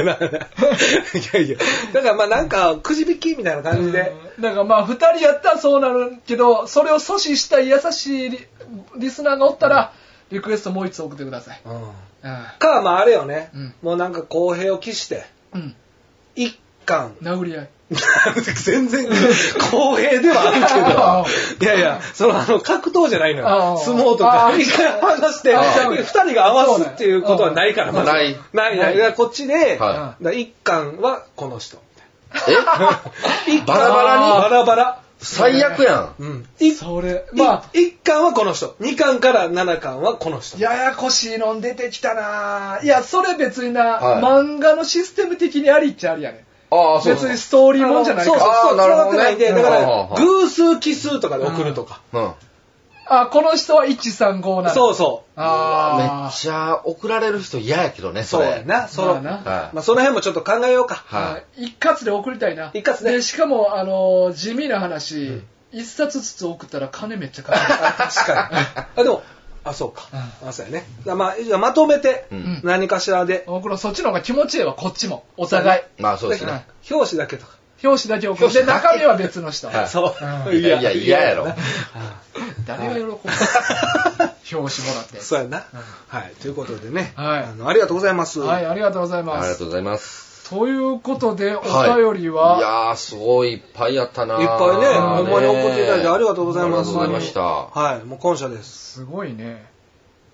B: いやいや。だからまあなんか、くじ引きみたいな感じで。
A: なんかまあ二人やったらそうなるけど、それを阻止したい優しいリリスナーがおったら、リクエストもう一つ送ってください。
B: うん
A: うん
B: か、まああれよね
A: うん。
B: もうなんか公平を期して、
A: うん。
B: 一巻。
A: 殴り合い。
B: *laughs* 全然、公平ではあるけど。いやいや、そのあの、格闘じゃないの
A: ああ
B: よ。相撲と
A: ああ
B: か、一回話して、
A: ああ
B: 二人が合わすっていうことはないから、まず
C: ない
B: ない、ない。だからこっちで、
C: はい
B: だから一巻はこの人。
C: えバラバラに
B: バラバラ。
C: 最悪やん。
B: うん。一
A: それ、まあ
B: まあ、、1巻はこの人2巻から7巻はこの人
A: ややこしいのん出てきたなぁいや、それ別にな、
C: はい
A: 漫画のシステム的にありっちゃありやね
C: ああ、
A: ん。
C: そう
A: 別
C: そう
A: に。ストーリーもんじゃないか
B: そうそう
A: ら。
B: そう
C: あーな
B: 繋
C: る
B: が
C: ほ
B: っ
C: どね
B: てないんでだか
C: うん
B: ら偶数奇数とかで送るとか、
C: うん。め
A: あ、この人は135なんだ
B: そうそ
A: あ
C: っ
A: ー
C: ちゃ怒られる人嫌やけどね、
B: う
C: そ
B: そう
C: れ。
B: やなそ
A: まあ
B: の、
A: な
B: ま
C: はい
B: あ、その辺もちょっと考えようか、
C: は
A: 一括で送りたいな。
B: 一括ね
A: で、しかも、あのー地味な話、一冊ずつ送ったら金めっちゃか *laughs* か
B: あ確かにあでもあそうか、
A: う
B: あそうやねだからまあじゃあまとめて
C: い。うんん。
B: 何かしらで
A: る。、僕らそっちの方が気持ちいいわ、こっちも。お互い。
C: まあそうです
A: はい
C: ね。
B: 表紙だけとか
A: 表紙だけ送って、中身は別の人。
C: はい
B: そう、
A: うん
C: いやいや、嫌やろ。
A: 誰が喜ぶ表紙もらって。
B: そうやな、はいということでね、
A: はい
B: あのありがとうございます、
A: はい、ありがとうござい
C: あ
A: ま
C: りが
A: す。
C: とうございます。
A: ということで、お
C: はい
A: 便りは、
C: いやー、すごいいっぱいやったない
B: っぱいね
C: あー
B: ほんまに送っていただいてありがとうございます
C: ありがとうございました。
B: はいもう感謝です
A: すごいね。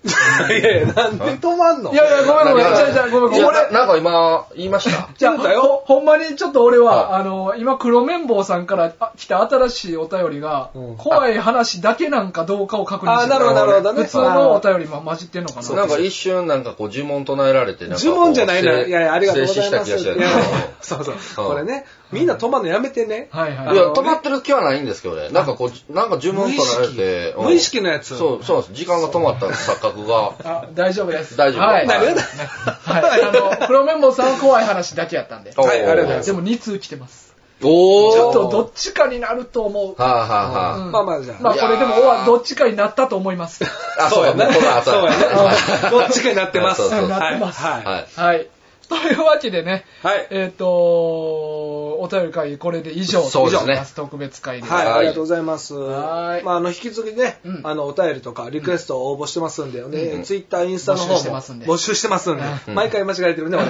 B: *laughs* いやいや、なんで止まんの
A: いやいや、ごめんごめん。じゃあじゃあごめんごめん。
C: いや
A: 俺
C: ななんか今、言いました
A: じゃあ
B: そうだよ
A: ほほんまにちょっと俺は、
C: は
A: あの、今黒綿棒さんからあ来た新しいお便りが、
B: うん
A: 怖い話だけなんかどうかを確認して
B: あ、なるほど、なるほどね。
A: 普通のお便りも混じってんのかな。
C: なんか一瞬なんかこう呪文唱えられてなんかこう
B: 呪文じゃないのよ。いやいや、ありがとうございま
C: 静止
B: す。
C: した
B: い
C: 気が
B: や
C: したけど
B: そうそう。これね、みんな止まんのやめてね。
A: はいはい
B: あの
A: はい
C: や、
A: い。
C: 止まってる気はないんですけどね。なんかこう、なんか呪文唱えられて。うん
B: 無意識のやつ。
C: そう、そうなんです。時間が止まった錯覚
B: *laughs*
C: が。
A: あ大丈夫です。
C: 大丈夫
A: はい。
C: 何
A: はい、
C: が
A: あの、黒綿棒さんは怖い話だけやったんで。
C: おー
B: はいありがとうございます
A: でも2通来てます。
C: おー。
A: ちょっとどっちかになると思う。
C: はあはあは
A: うん
B: まあまあじゃあ
A: まあこれでも、おわどっちかになったと思います。
C: あ。あ、そうやね。この後
B: そうやね
C: は。
A: *laughs*
C: い
B: どっち *laughs* かになってます。
C: そうそうそう
A: なってます
B: はい。は
C: はいい。
A: はい。というわけでね、
B: はい。
A: えっ、とお便り会これで以上
C: そうですね
A: 以上特別会です。
B: はい、
C: はい
B: ありがとうございます。
A: はい
B: まあ、あの、引き続きね、
A: うん
B: あの、お便りとか、リクエストを応募してますんで、
C: う
B: ね、
C: ん
B: ツイッター、インスタの方も
A: 募集してますんで
B: 募集してますんで
A: う
B: 毎回間違えてるね、俺。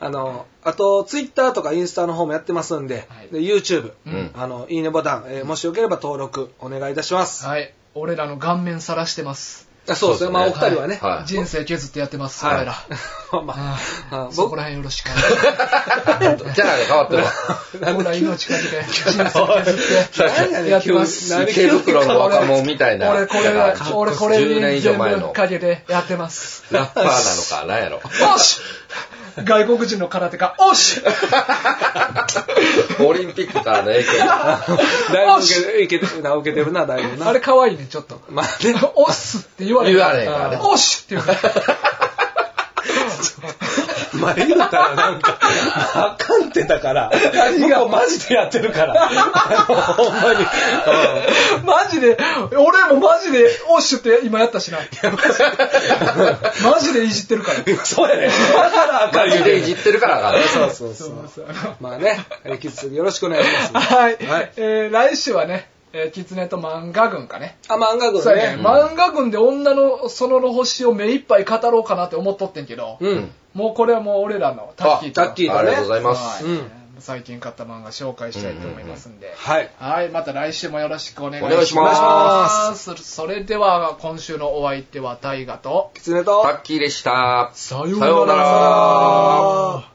B: あの、あと、ツイッターとかインスタの方もやってますんで、
A: はい
B: で YouTube、
C: うん
B: あの、いいねボタン、えーもしよければ登録お願いいたします。
A: はい。俺らの顔面さらしてます。
B: あそうですね。まあ、お二人はね。
C: はい
A: 人生削ってやってます、
C: はい
A: 彼ら。
B: *laughs* まあ
A: あ
B: あ
A: ーそこ
B: 僕
A: ら辺よろ
C: *laughs*
A: しく。
C: キャラが変わっ
A: *laughs*
C: てるわ。
A: 僕ら命かけて、人生削って。
C: 確か
B: 何
C: に
A: やっ
B: やね
A: てます
B: 急に
C: 池袋の若者みたいな。
A: 俺これ
C: だ
A: が
C: から、
A: 俺これ
C: 10年
A: に
C: 以上
A: 全
C: 前の
A: 部かけてやってます。
C: ラッパーなのか、なんやろ。
A: おし外国人の空手家、おし
C: オリンピックからの
A: *laughs*
C: 影響。
B: *laughs* だいぶ受けいけてるな、受けてるな、だいぶな。
A: あれ可愛いね、ちょっと。 *laughs*
B: まあね。
A: おっすって言われる
C: 言われへんからね
A: おっしって言われる
B: まあ、言うたらなんか、あかんってたから、何がマジでやってるから、あの、ほんまに。
A: *laughs* マジで、俺もマジで、おっしって今やったしな。マジでいじってるから。
B: うんそうやね。だからあかん言
C: で
B: うて
C: い
B: ん
C: じ
B: ね
C: ってるからか
B: そうそう
A: *laughs*
B: そ
A: そう
B: う。
A: そうあ
B: まあね、引き続きよろしくお願いし
A: の
B: ます。
A: はい。
B: はい
A: えー来週はね、えー、キツネと漫画軍かね。
B: あ、漫画群
A: そうやね、
B: ね。
A: 漫画軍で女のそのの星を目いっぱい語ろうかなって思っとってんけど、
B: うん。
A: もうこれはもう俺らのタッキーと
B: あタッキー
C: ら。ありがとうございます。
A: はい
B: うん
A: 最近買った漫画紹介したいと思いますんで、
B: はい。
A: はい、また来週もよろしくお願いし
C: お願
A: ま
C: い
A: す。。
C: します
A: それでは、今週のお相手は大河と、
B: キツネと
C: タ。ッキーでした。
A: さ
C: ようなら